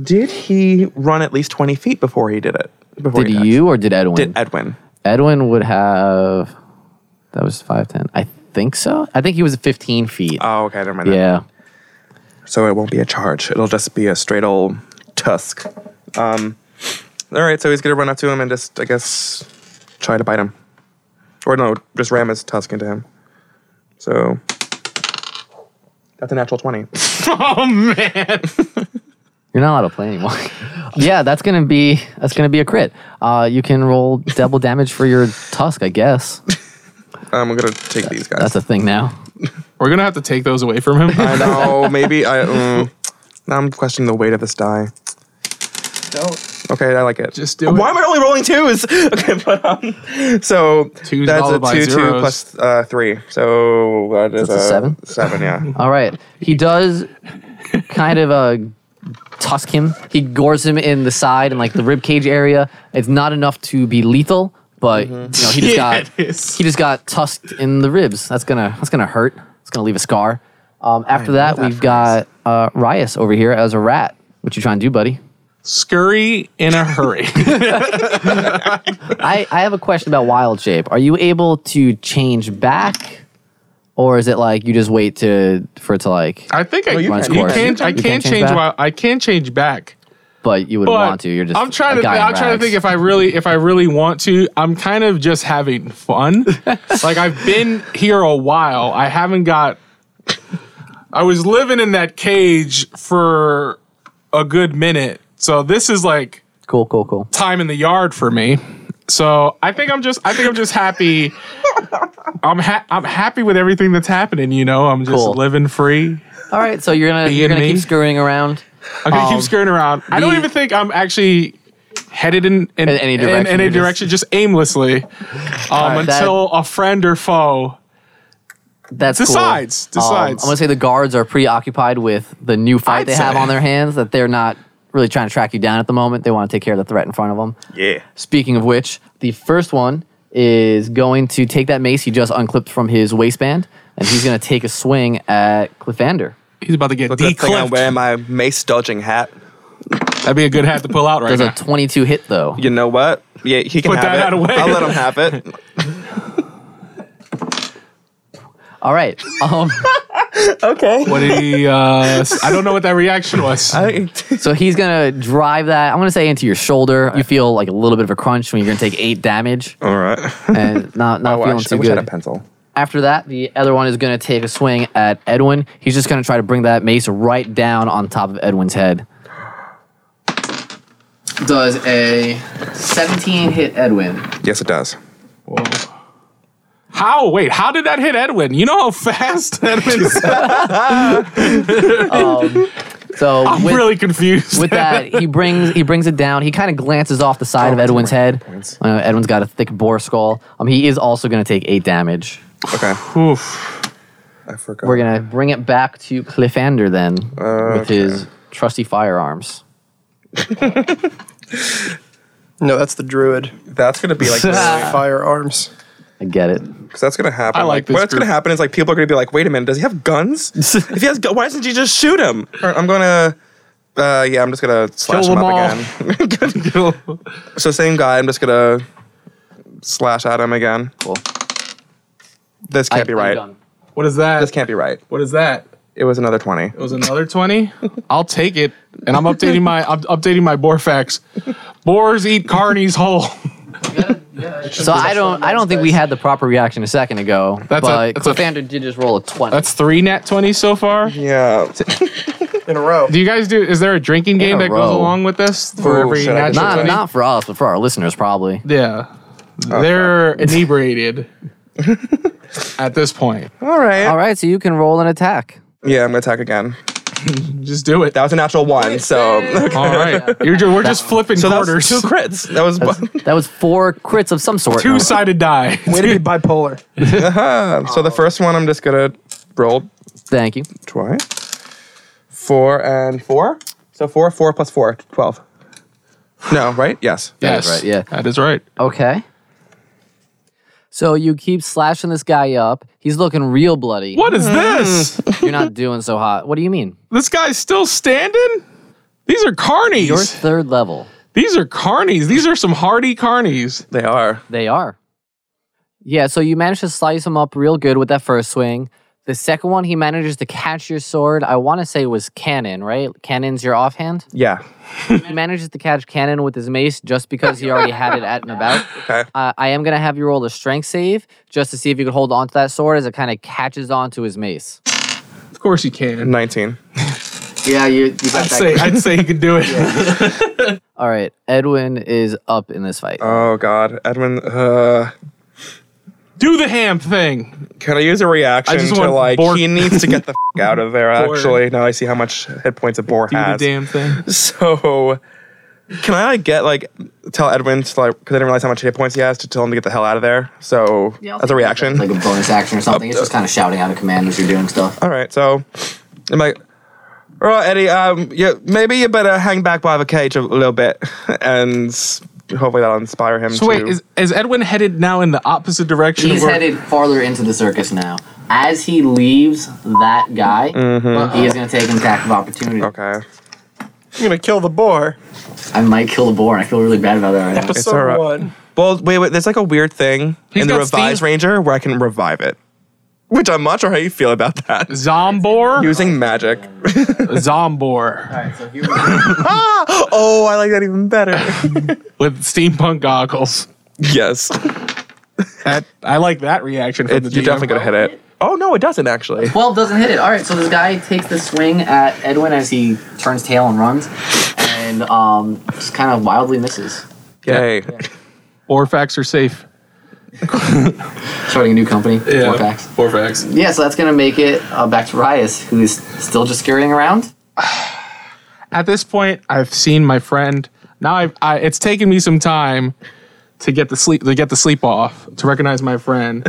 Speaker 2: did he run at least twenty feet before he did it? Before
Speaker 1: Did
Speaker 2: he attacked?
Speaker 1: you or did Edwin?
Speaker 2: Did Edwin?
Speaker 1: Edwin would have. That was five ten. I think so. I think he was 15 feet.
Speaker 2: Oh, okay, never mind. that.
Speaker 1: yeah.
Speaker 2: So it won't be a charge. It'll just be a straight old tusk. Um, all right. So he's gonna run up to him and just, I guess, try to bite him, or no, just ram his tusk into him. So that's a natural twenty.
Speaker 3: oh man.
Speaker 1: You're not allowed to play anymore. *laughs* yeah, that's gonna be that's gonna be a crit. Uh, you can roll double damage for your tusk, I guess.
Speaker 2: Um, I'm gonna take these guys.
Speaker 1: That's a thing now. *laughs*
Speaker 2: *laughs*
Speaker 3: We're gonna have to take those away from him.
Speaker 2: I know. Maybe I. mm, Now I'm questioning the weight of this die.
Speaker 4: Don't.
Speaker 2: Okay, I like it.
Speaker 3: Just do
Speaker 2: Why
Speaker 3: it.
Speaker 2: am I only rolling twos? *laughs* Okay, but um, so
Speaker 3: Twos
Speaker 2: that's a
Speaker 3: followed by
Speaker 2: two, two
Speaker 3: zeros.
Speaker 2: plus uh, three. So that is
Speaker 1: That's a seven? *laughs*
Speaker 2: Seven, yeah.
Speaker 1: All right. He does kind of uh, tusk him. He gores him in the side and like the rib cage area. It's not enough to be lethal, but you know he just
Speaker 3: Mm-hmm. *laughs* Yeah,
Speaker 1: got
Speaker 3: it is.
Speaker 1: he just got tusked in the ribs. That's gonna that's gonna hurt. It's gonna leave a scar. Um, after that, we've got uh, Rias over here as a rat. What you trying to do, buddy?
Speaker 3: Scurry in
Speaker 1: *laughs*
Speaker 3: a hurry.
Speaker 1: I, I have a question about wild shape. Are you able to change back, or is it like you just wait to for it to like?
Speaker 3: I think I
Speaker 2: you
Speaker 3: you
Speaker 2: can.
Speaker 3: can.
Speaker 2: You can-
Speaker 3: I
Speaker 1: you
Speaker 3: can
Speaker 1: can change
Speaker 3: change.
Speaker 1: back?
Speaker 3: Back. I can change back.
Speaker 1: But you wouldn't
Speaker 3: But
Speaker 1: want to. You're just.
Speaker 3: I'm trying
Speaker 1: a
Speaker 3: to.
Speaker 1: guy
Speaker 3: Th-
Speaker 1: in
Speaker 3: I'm trying to
Speaker 1: rags.
Speaker 3: think if I really, if I really want to. I'm kind of just having
Speaker 1: *laughs*
Speaker 3: fun. like I've been here a while. I haven't got. I was living in that cage for a good minute, so this is like
Speaker 1: Cool, cool, cool.
Speaker 3: time in the yard for me. So I think I'm just. I think I'm just happy. I'm ha- I'm happy with everything that's happening. You know, I'm just
Speaker 1: Cool.
Speaker 3: living free.
Speaker 1: All right, so you're gonna you're
Speaker 3: and
Speaker 1: gonna
Speaker 3: me?
Speaker 1: keep screwing around.
Speaker 3: I'm gonna
Speaker 1: Um,
Speaker 3: keep skirting around. I don't
Speaker 1: the-
Speaker 3: even think I'm actually headed in, in,
Speaker 1: In any
Speaker 3: in
Speaker 1: direction,
Speaker 3: any
Speaker 1: you're just-
Speaker 3: direction, just, aimlessly,
Speaker 1: *laughs*
Speaker 3: um,
Speaker 1: Alright, that-
Speaker 3: until a friend or foe.
Speaker 1: That's cool.
Speaker 3: Decides,
Speaker 1: Um,
Speaker 3: decides.
Speaker 1: I'm gonna say the guards are preoccupied with the new fight
Speaker 3: I'd
Speaker 1: they have
Speaker 3: say.
Speaker 1: on their hands. That they're not really trying to track you down at the moment. They want to take care of the threat in front of them.
Speaker 2: Yeah.
Speaker 1: Speaking of which, the first one is going to take that mace he just unclipped from his waistband, and he's gonna take a swing at Cliffander.
Speaker 3: He's about to get
Speaker 2: What's that thing I'm
Speaker 3: declipped.
Speaker 2: wearing? My mace dodging hat.
Speaker 3: That'd be a good hat to pull out right
Speaker 1: Does
Speaker 3: now.
Speaker 1: a 22 hit though?
Speaker 2: You know what? Yeah, he can
Speaker 3: Put
Speaker 2: have
Speaker 3: that
Speaker 2: it.
Speaker 3: out away.
Speaker 2: I'll let him have it.
Speaker 3: *laughs*
Speaker 1: All right.
Speaker 2: *laughs*
Speaker 1: Um,
Speaker 3: what did he? Uh, s- I don't know what that reaction
Speaker 1: *laughs*
Speaker 3: was.
Speaker 2: I,
Speaker 1: so he's gonna drive that. I'm gonna say into your shoulder. You feel like a little bit of a crunch when you're gonna take eight damage,
Speaker 2: all *laughs* right.
Speaker 1: and not not
Speaker 2: Oh,
Speaker 1: feeling
Speaker 2: actually,
Speaker 1: too
Speaker 2: I wish I
Speaker 1: good.
Speaker 2: had a pencil.
Speaker 1: After that, the other one is going to take a swing at Edwin. He's just going to try to bring that mace right down on top of Edwin's head. Does a 17 hit Edwin?
Speaker 2: Yes, it does.
Speaker 3: How? Wait, how did that hit Edwin? You know how fast
Speaker 1: *laughs*
Speaker 3: *laughs* Edwin is?
Speaker 1: So
Speaker 3: I'm
Speaker 1: with,
Speaker 3: really confused.
Speaker 1: with that, he brings he brings it down. He kind of glances off the
Speaker 2: Oh,
Speaker 1: side of Edwin's head. Uh, Edwin's got a thick boar skull. Um, he is also going to take eight damage.
Speaker 2: Okay.
Speaker 1: *laughs*
Speaker 3: Oof.
Speaker 2: I forgot.
Speaker 1: We're going to bring it back to Cliffander then with
Speaker 2: Uh, Okay.
Speaker 1: his trusty firearms.
Speaker 4: No, that's the druid.
Speaker 2: That's gonna
Speaker 3: *laughs*
Speaker 2: be like.
Speaker 4: Ah.
Speaker 2: Because
Speaker 4: Firearms.
Speaker 1: I get it.
Speaker 2: that's gonna happen.
Speaker 3: I like this
Speaker 2: What's gonna
Speaker 3: group.
Speaker 2: happen is like people are gonna be like, "Wait a minute, does he have
Speaker 3: *laughs*
Speaker 2: guns? if he has, gu- why doesn't he just shoot him?" All right, I'm gonna. Uh, yeah, I'm just gonna slash
Speaker 3: Kill
Speaker 2: him
Speaker 3: them
Speaker 2: up
Speaker 3: all.
Speaker 2: again. *laughs*
Speaker 3: Kill-
Speaker 2: so same guy. I'm just gonna slash at him again.
Speaker 1: Cool.
Speaker 2: This
Speaker 1: I-
Speaker 2: can't be
Speaker 1: I'm
Speaker 2: right.
Speaker 1: done.
Speaker 3: What is that?
Speaker 2: This can't be right.
Speaker 3: What is that?
Speaker 2: It was another twenty.
Speaker 3: It was another 20. I'll take it. And I'm updating my I'm updating my boar facts. Boars eat carnies whole.
Speaker 1: So I don't I don't think we had the proper reaction a second ago.
Speaker 3: That's a-
Speaker 1: but
Speaker 3: that's a-
Speaker 1: Cliffander did just roll a twenty.
Speaker 3: That's three nat 20s so far.
Speaker 2: Yeah.
Speaker 4: In a row.
Speaker 3: Do you guys do is there a drinking game
Speaker 1: a
Speaker 3: that goes
Speaker 1: row.
Speaker 3: along with this for
Speaker 2: Ooh,
Speaker 3: every
Speaker 2: shit, I
Speaker 3: natural
Speaker 1: *laughs* not
Speaker 3: 20?
Speaker 1: not for us, but for our listeners probably.
Speaker 3: Yeah. They're inebriated at this point.
Speaker 2: All right.
Speaker 1: All right, so you can roll an attack.
Speaker 2: Yeah, I'm gonna attack again.
Speaker 3: Just do it.
Speaker 2: That was a natural one, so *laughs*
Speaker 3: All right. You're ju- we're just flipping
Speaker 2: so that was
Speaker 3: quarters.
Speaker 2: two
Speaker 3: *laughs*
Speaker 2: crits. That was
Speaker 1: That was four crits of some sort.
Speaker 3: Two sided die.
Speaker 4: Way to be bipolar.
Speaker 2: uh, *laughs* so the first one. I'm just gonna roll
Speaker 1: Thank you.
Speaker 2: twice. Four and four. So four, four plus four, 12. No, right? Yes.
Speaker 1: That is right, yeah.
Speaker 3: That is right.
Speaker 1: Okay. So you keep slashing this guy up. He's looking real bloody.
Speaker 3: What is this?
Speaker 1: You're not doing so hot. What do you mean?
Speaker 3: This guy's still standing? These are carnies.
Speaker 1: You're third level.
Speaker 3: These are carnies. These are some hardy carnies.
Speaker 2: They are.
Speaker 1: They are. Yeah, so you managed to slice him up real good with that first swing. The second one, he manages to catch your sword. I want to say it was cannon, right? Cannon's your offhand.
Speaker 2: Yeah.
Speaker 1: he manages to catch cannon with his mace just because he already had it at and about.
Speaker 2: Okay.
Speaker 1: Uh, I am gonna have you roll a strength save just to see if you can hold on to that sword as it kind of catches onto his mace.
Speaker 3: Of course he can.
Speaker 2: 19.
Speaker 1: Yeah, you. you
Speaker 3: I'd say I'd say he could do *laughs* it.
Speaker 1: All
Speaker 2: Uh,
Speaker 1: right, Edwin is up in this fight.
Speaker 2: Oh, God. Edwin, uh,
Speaker 3: Do the ham thing.
Speaker 2: Can I use a reaction
Speaker 3: I just
Speaker 2: to
Speaker 3: want
Speaker 2: like
Speaker 3: Bork-
Speaker 2: he needs to
Speaker 3: *laughs*
Speaker 2: get the f- out of there?
Speaker 3: Bork.
Speaker 2: Actually, now I see how much hit points a boar
Speaker 3: Do
Speaker 2: has.
Speaker 3: the damn thing.
Speaker 2: So, can I like get like tell Edwin to like because I didn't realize how much hit points he has to tell him to get the hell out of there. So
Speaker 5: Yeah, I'll
Speaker 2: as a
Speaker 5: take
Speaker 2: reaction,
Speaker 1: like a bonus action or something. It's just kind of shouting out a command as you're doing stuff.
Speaker 2: all right. So, I'm like, all right, Eddie. Um, yeah, maybe you better hang back by the cage a little bit, *laughs* and hopefully that'll inspire him.
Speaker 3: So wait,
Speaker 2: to,
Speaker 3: is, is Edwin headed now in the opposite direction?
Speaker 1: He's
Speaker 3: where-
Speaker 1: headed farther into the circus now. As he leaves that guy, he is going to take an attack of opportunity.
Speaker 2: okay.
Speaker 4: I'm gonna kill the boar.
Speaker 1: I might kill the boar, and I feel really bad about that right now.
Speaker 4: Episode
Speaker 2: alright.
Speaker 4: one.
Speaker 2: Well, wait, wait. There's like a weird thing
Speaker 3: He's
Speaker 2: in the
Speaker 3: got
Speaker 2: Revised
Speaker 3: Steam-
Speaker 2: Ranger where I can revive it, which I'm not sure how you feel about that.
Speaker 1: *laughs*
Speaker 3: Zombor?
Speaker 2: Using
Speaker 3: *laughs*
Speaker 2: magic.
Speaker 3: Zombor.
Speaker 1: Alright, so here we go.
Speaker 2: Oh, I like that even
Speaker 3: *laughs*
Speaker 2: better.
Speaker 3: With steampunk goggles.
Speaker 2: yes,
Speaker 3: That, I like that reaction from
Speaker 2: it,
Speaker 3: the
Speaker 2: you're
Speaker 3: DM.
Speaker 2: definitely gonna hit it. Oh no, it doesn't *laughs* actually.
Speaker 1: 12 doesn't hit it. Alright, so this guy takes the swing at Edwin as he turns tail and runs, and um, just kind of wildly misses.
Speaker 2: Yay.
Speaker 3: Orfax are safe.
Speaker 1: Starting a new company, yeah. Warfax.
Speaker 3: Orfax.
Speaker 1: Yeah, so that's going to make it uh, back to Rias, who's still just scurrying around.
Speaker 3: At this point, I've seen my friend. Now I've, I, it's taken me some time to get the sleep to get the sleep off to recognize my friend.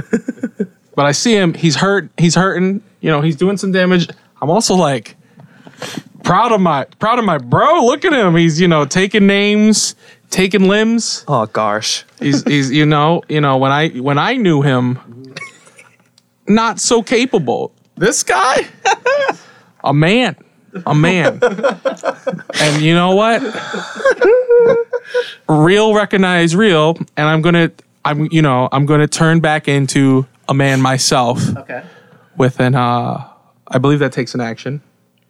Speaker 3: but I see him. He's hurt. He's hurting. You know, he's doing some damage. I'm also like proud of my proud of my bro. Look at him. He's you know taking names, taking limbs.
Speaker 2: Oh gosh.
Speaker 3: He's, he's you know you know when I when I knew him, not so capable. This guy, a man, a man, and you know what? Real recognize real, and I'm gonna I'm you know I'm gonna turn back into a man myself
Speaker 1: Okay.
Speaker 3: with an uh I believe that takes an action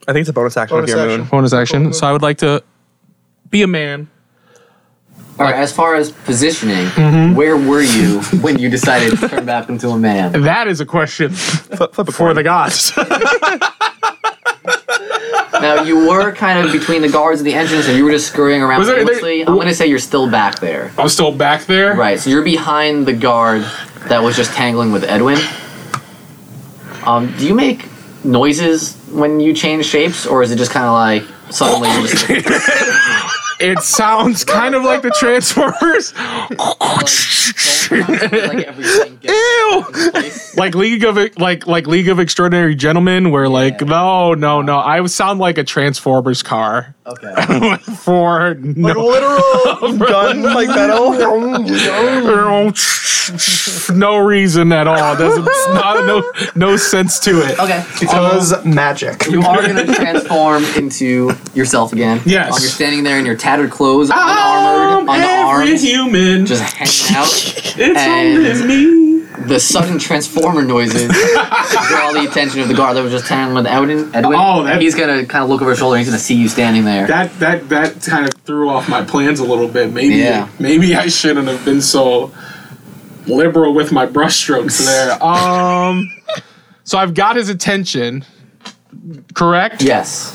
Speaker 2: I think it's a bonus action
Speaker 4: Bonus
Speaker 2: if you're a
Speaker 4: action.
Speaker 2: moon.
Speaker 3: bonus action. So I would like to be a man.
Speaker 1: All right, as far as positioning, where were you when you decided to turn back into a man?
Speaker 3: That is a question
Speaker 2: flip a
Speaker 3: for the gods.
Speaker 1: Now, you were kind of between the guards and the entrance, and you were just scurrying around
Speaker 3: Was there- there-
Speaker 1: aimlessly. I'm going to say you're still back there.
Speaker 3: *laughs* I'm still back there.
Speaker 1: Right, so you're behind the guard that was just tangling with Edwin. Um, do you make noises when you change shapes, or is it just kind of like suddenly you're just
Speaker 3: *laughs* It sounds kind of like the Transformers,
Speaker 1: like, like everything
Speaker 3: *laughs*
Speaker 1: gets in place?
Speaker 3: like League of like like League of Extraordinary Gentlemen, where like
Speaker 1: Yeah.
Speaker 3: no no no, I would sound like a Transformers car
Speaker 1: Okay.
Speaker 3: for no.
Speaker 2: *laughs*
Speaker 4: Like literal
Speaker 2: gun like metal.
Speaker 4: *laughs*
Speaker 3: no reason at all.
Speaker 1: *laughs*
Speaker 3: Doesn't it's not, no no sense to it.
Speaker 1: Okay.
Speaker 4: because magic. *laughs*
Speaker 1: You are going to transform into yourself again.
Speaker 3: Yes.
Speaker 1: While you're standing there in your tattered clothes,
Speaker 3: I'm
Speaker 1: unarmored,
Speaker 3: every
Speaker 1: unarmed,
Speaker 3: human.
Speaker 1: just hanging
Speaker 3: *laughs*
Speaker 1: out.
Speaker 3: it's
Speaker 1: and-
Speaker 3: only me.
Speaker 1: The sudden transformer noises draw the attention of the guard that was just turning with Edwin. Edwin.
Speaker 3: Oh, that-
Speaker 1: he's going to kind of look over his shoulder. and He's going to see you standing there.
Speaker 3: That that that kind of threw off my plans a little bit. Maybe
Speaker 1: Yeah.
Speaker 3: maybe I shouldn't have been so liberal with my brushstrokes there. Um, so I've got his attention. Correct.
Speaker 1: yes.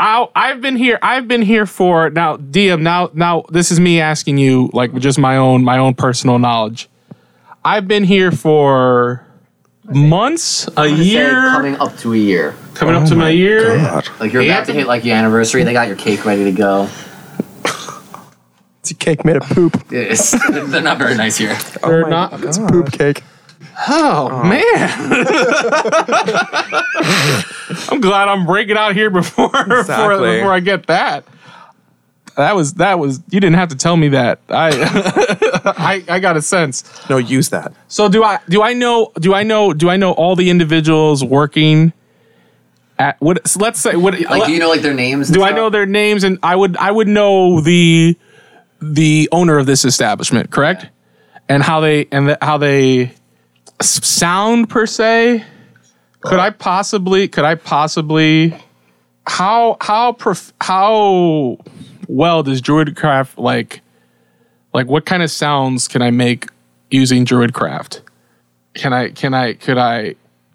Speaker 3: Ow, I've been here. I've been here for now. DM. Now, now this is me asking you, like just my own, my own personal knowledge. I've been here for months, a
Speaker 1: Say
Speaker 3: year, coming,
Speaker 1: coming up to a year.
Speaker 3: up to my year.
Speaker 1: Like you're about to hit like your anniversary. They got your cake ready to go.
Speaker 4: It's a cake made of poop.
Speaker 1: It's, *laughs* they're not very nice here.
Speaker 3: Or not.
Speaker 4: It's poop cake.
Speaker 3: Oh, man. *laughs* I'm glad I'm breaking out here before *laughs* before,
Speaker 2: Exactly.
Speaker 3: before I get that. That was that was you didn't have to tell me that. I *laughs* I, I got a sense.
Speaker 2: No, use that.
Speaker 3: So do I do I know do I know do I know all the individuals working at what so let's say what
Speaker 1: Like, do you know like their names? and
Speaker 3: do I
Speaker 1: stuff?
Speaker 3: know their names and I would I would know the the owner of this establishment, correct? And how they and the, how they s- sound per se? Could I possibly could I possibly how how prof, how well does druidcraft like like what kind of sounds can I make using druidcraft? Can I can I could I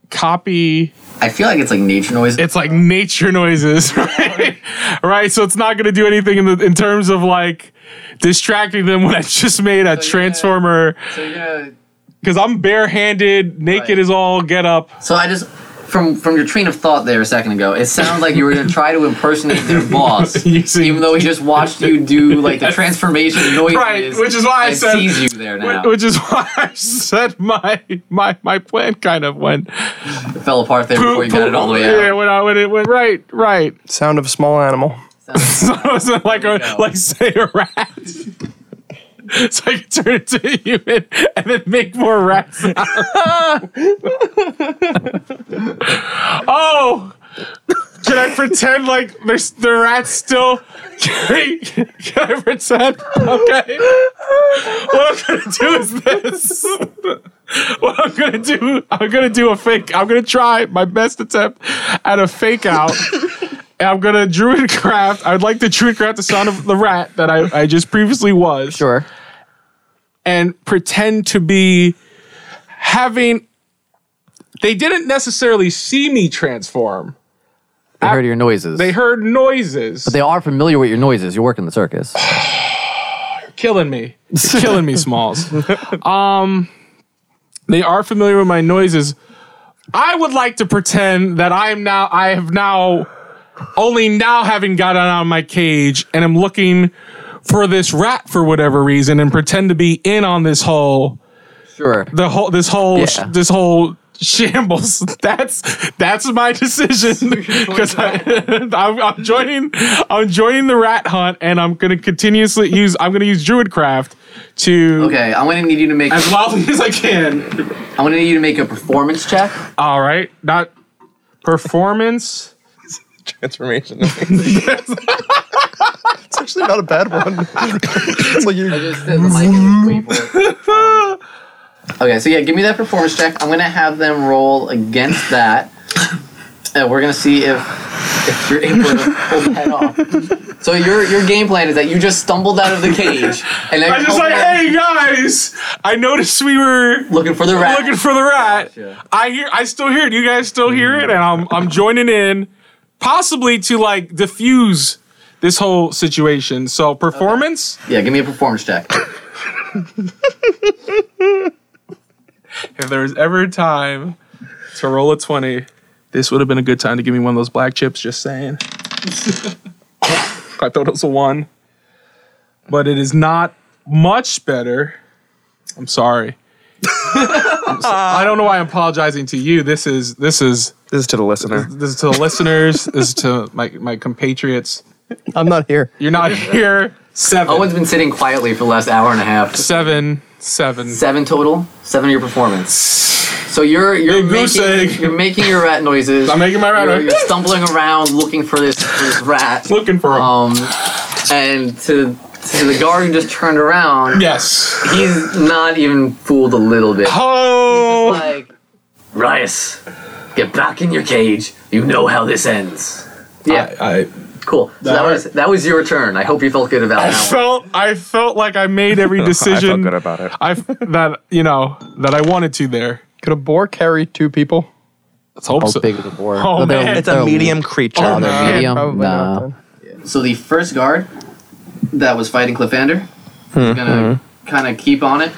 Speaker 3: copy
Speaker 1: I feel like it's like nature noise.
Speaker 3: it's like nature noises, *laughs* right? right? So it's not going to do anything in the in terms of like distracting them when I just made a transformer.
Speaker 1: So you're gonna
Speaker 3: because I'm barehanded, naked
Speaker 1: Right.
Speaker 3: as all get up.
Speaker 1: So I just from from your train of thought there a second ago, it sounds like you were
Speaker 3: *laughs*
Speaker 1: gonna try to impersonate their boss,
Speaker 3: You see-
Speaker 1: even though he just watched you do like the transformation noises.
Speaker 3: Right, which is why I
Speaker 1: and
Speaker 3: said-
Speaker 1: sees you there now.
Speaker 3: Wh- Which is *laughs* why I said my my my plan kind of went
Speaker 1: it fell apart there before you got it all the way
Speaker 3: Yeah,
Speaker 1: out.
Speaker 3: when I when it went right, right.
Speaker 4: Sound of a small animal.
Speaker 1: Sounds-
Speaker 3: *laughs* So it was like
Speaker 1: you
Speaker 3: a
Speaker 1: go.
Speaker 3: like say a rat. *laughs* So I could turn into a human and then make more rats. out. *laughs* oh, can I pretend like there's the rats still? *laughs* Can I, can I pretend? Okay. What I'm gonna do is this. What I'm gonna do? I'm gonna do a fake. I'm gonna try my best attempt at a fake out. And I'm gonna druid craft. I'd like to druid craft the sound of the rat that I, I just previously was
Speaker 6: Sure.
Speaker 3: and pretend to be having they didn't necessarily see me transform
Speaker 6: They heard your noises.
Speaker 3: they heard noises but
Speaker 6: They are familiar with your noises. You work in the circus.
Speaker 3: they're killing me You're killing me smalls um they are familiar with my noises i would like to pretend that i am now i have now only now having gotten out of my cage and am looking for this rat for whatever reason and pretend to be in on this whole
Speaker 6: Sure.
Speaker 3: the whole this whole
Speaker 6: Yeah.
Speaker 3: this whole shambles *laughs* that's that's my *laughs* decision because *laughs* I'm, I'm joining i'm joining the rat hunt and i'm gonna continuously use i'm gonna use druidcraft to
Speaker 1: Okay, I'm gonna need you to make
Speaker 3: as wildly as i can
Speaker 1: I'm gonna need you to make a performance check.
Speaker 3: all right not performance
Speaker 2: *laughs* *laughs* Transformation.
Speaker 4: It's actually not a bad one. it's like you,
Speaker 1: I just said the mic is way forward. Okay, so yeah, give me that performance check. I'm gonna have them roll against that. And we're gonna see if if you're able to pull that off. *laughs* So your your game plan is that you just stumbled out of the cage and then
Speaker 3: i'm just
Speaker 1: you're
Speaker 3: like hey guys Oh, i noticed we were
Speaker 1: looking for the rat.
Speaker 3: looking for the rat. I hear, I still hear it. You guys still hear it, and I'm I'm joining in, possibly to like diffuse this whole situation. So performance,
Speaker 1: yeah, give me a performance check.
Speaker 3: if there was ever a time to roll a twenty, this would have been a good time to give me one of those black chips. Just saying. I thought it was a one, but it is not much better. I'm sorry. I'm so- I don't know why I'm apologizing to you. This is this is
Speaker 2: this is to the listener.
Speaker 3: This is to the listeners. This is to my, my compatriots.
Speaker 4: I'm not here.
Speaker 3: You're not here. Seven,
Speaker 1: Owen's been sitting quietly for the last hour and a half.
Speaker 3: seven, seven.
Speaker 1: Seven total. Seven your performance. So you're you're
Speaker 3: Big goose egg.
Speaker 1: making, you're making your rat noises.
Speaker 3: I'm making my rat
Speaker 1: You're,
Speaker 3: noise.
Speaker 1: you're stumbling around looking for this, for this rat.
Speaker 3: Looking for him.
Speaker 1: Um, and to to the guard who just turned
Speaker 3: *laughs*
Speaker 1: around,
Speaker 3: yes.
Speaker 1: *laughs* he's not even fooled a little bit.
Speaker 3: Oh.
Speaker 1: Like, Rias, get back in your cage. You know how this ends. Yeah,
Speaker 3: I
Speaker 1: cool. So that was that was your turn. I hope you felt good about that. one.
Speaker 3: felt I felt like I made every
Speaker 2: I felt
Speaker 3: decision
Speaker 2: good about it.
Speaker 3: I that you know that I wanted to there.
Speaker 4: Could a boar carry two people?
Speaker 3: Let's hope
Speaker 6: How
Speaker 3: so.
Speaker 6: big is the board?
Speaker 3: Oh, man.
Speaker 2: It's a medium creature.
Speaker 6: Oh, they're
Speaker 3: man.
Speaker 6: medium.
Speaker 4: Probably not.
Speaker 6: No.
Speaker 4: then.
Speaker 1: So the first guard that was fighting Cliffander is gonna kind of keep on it.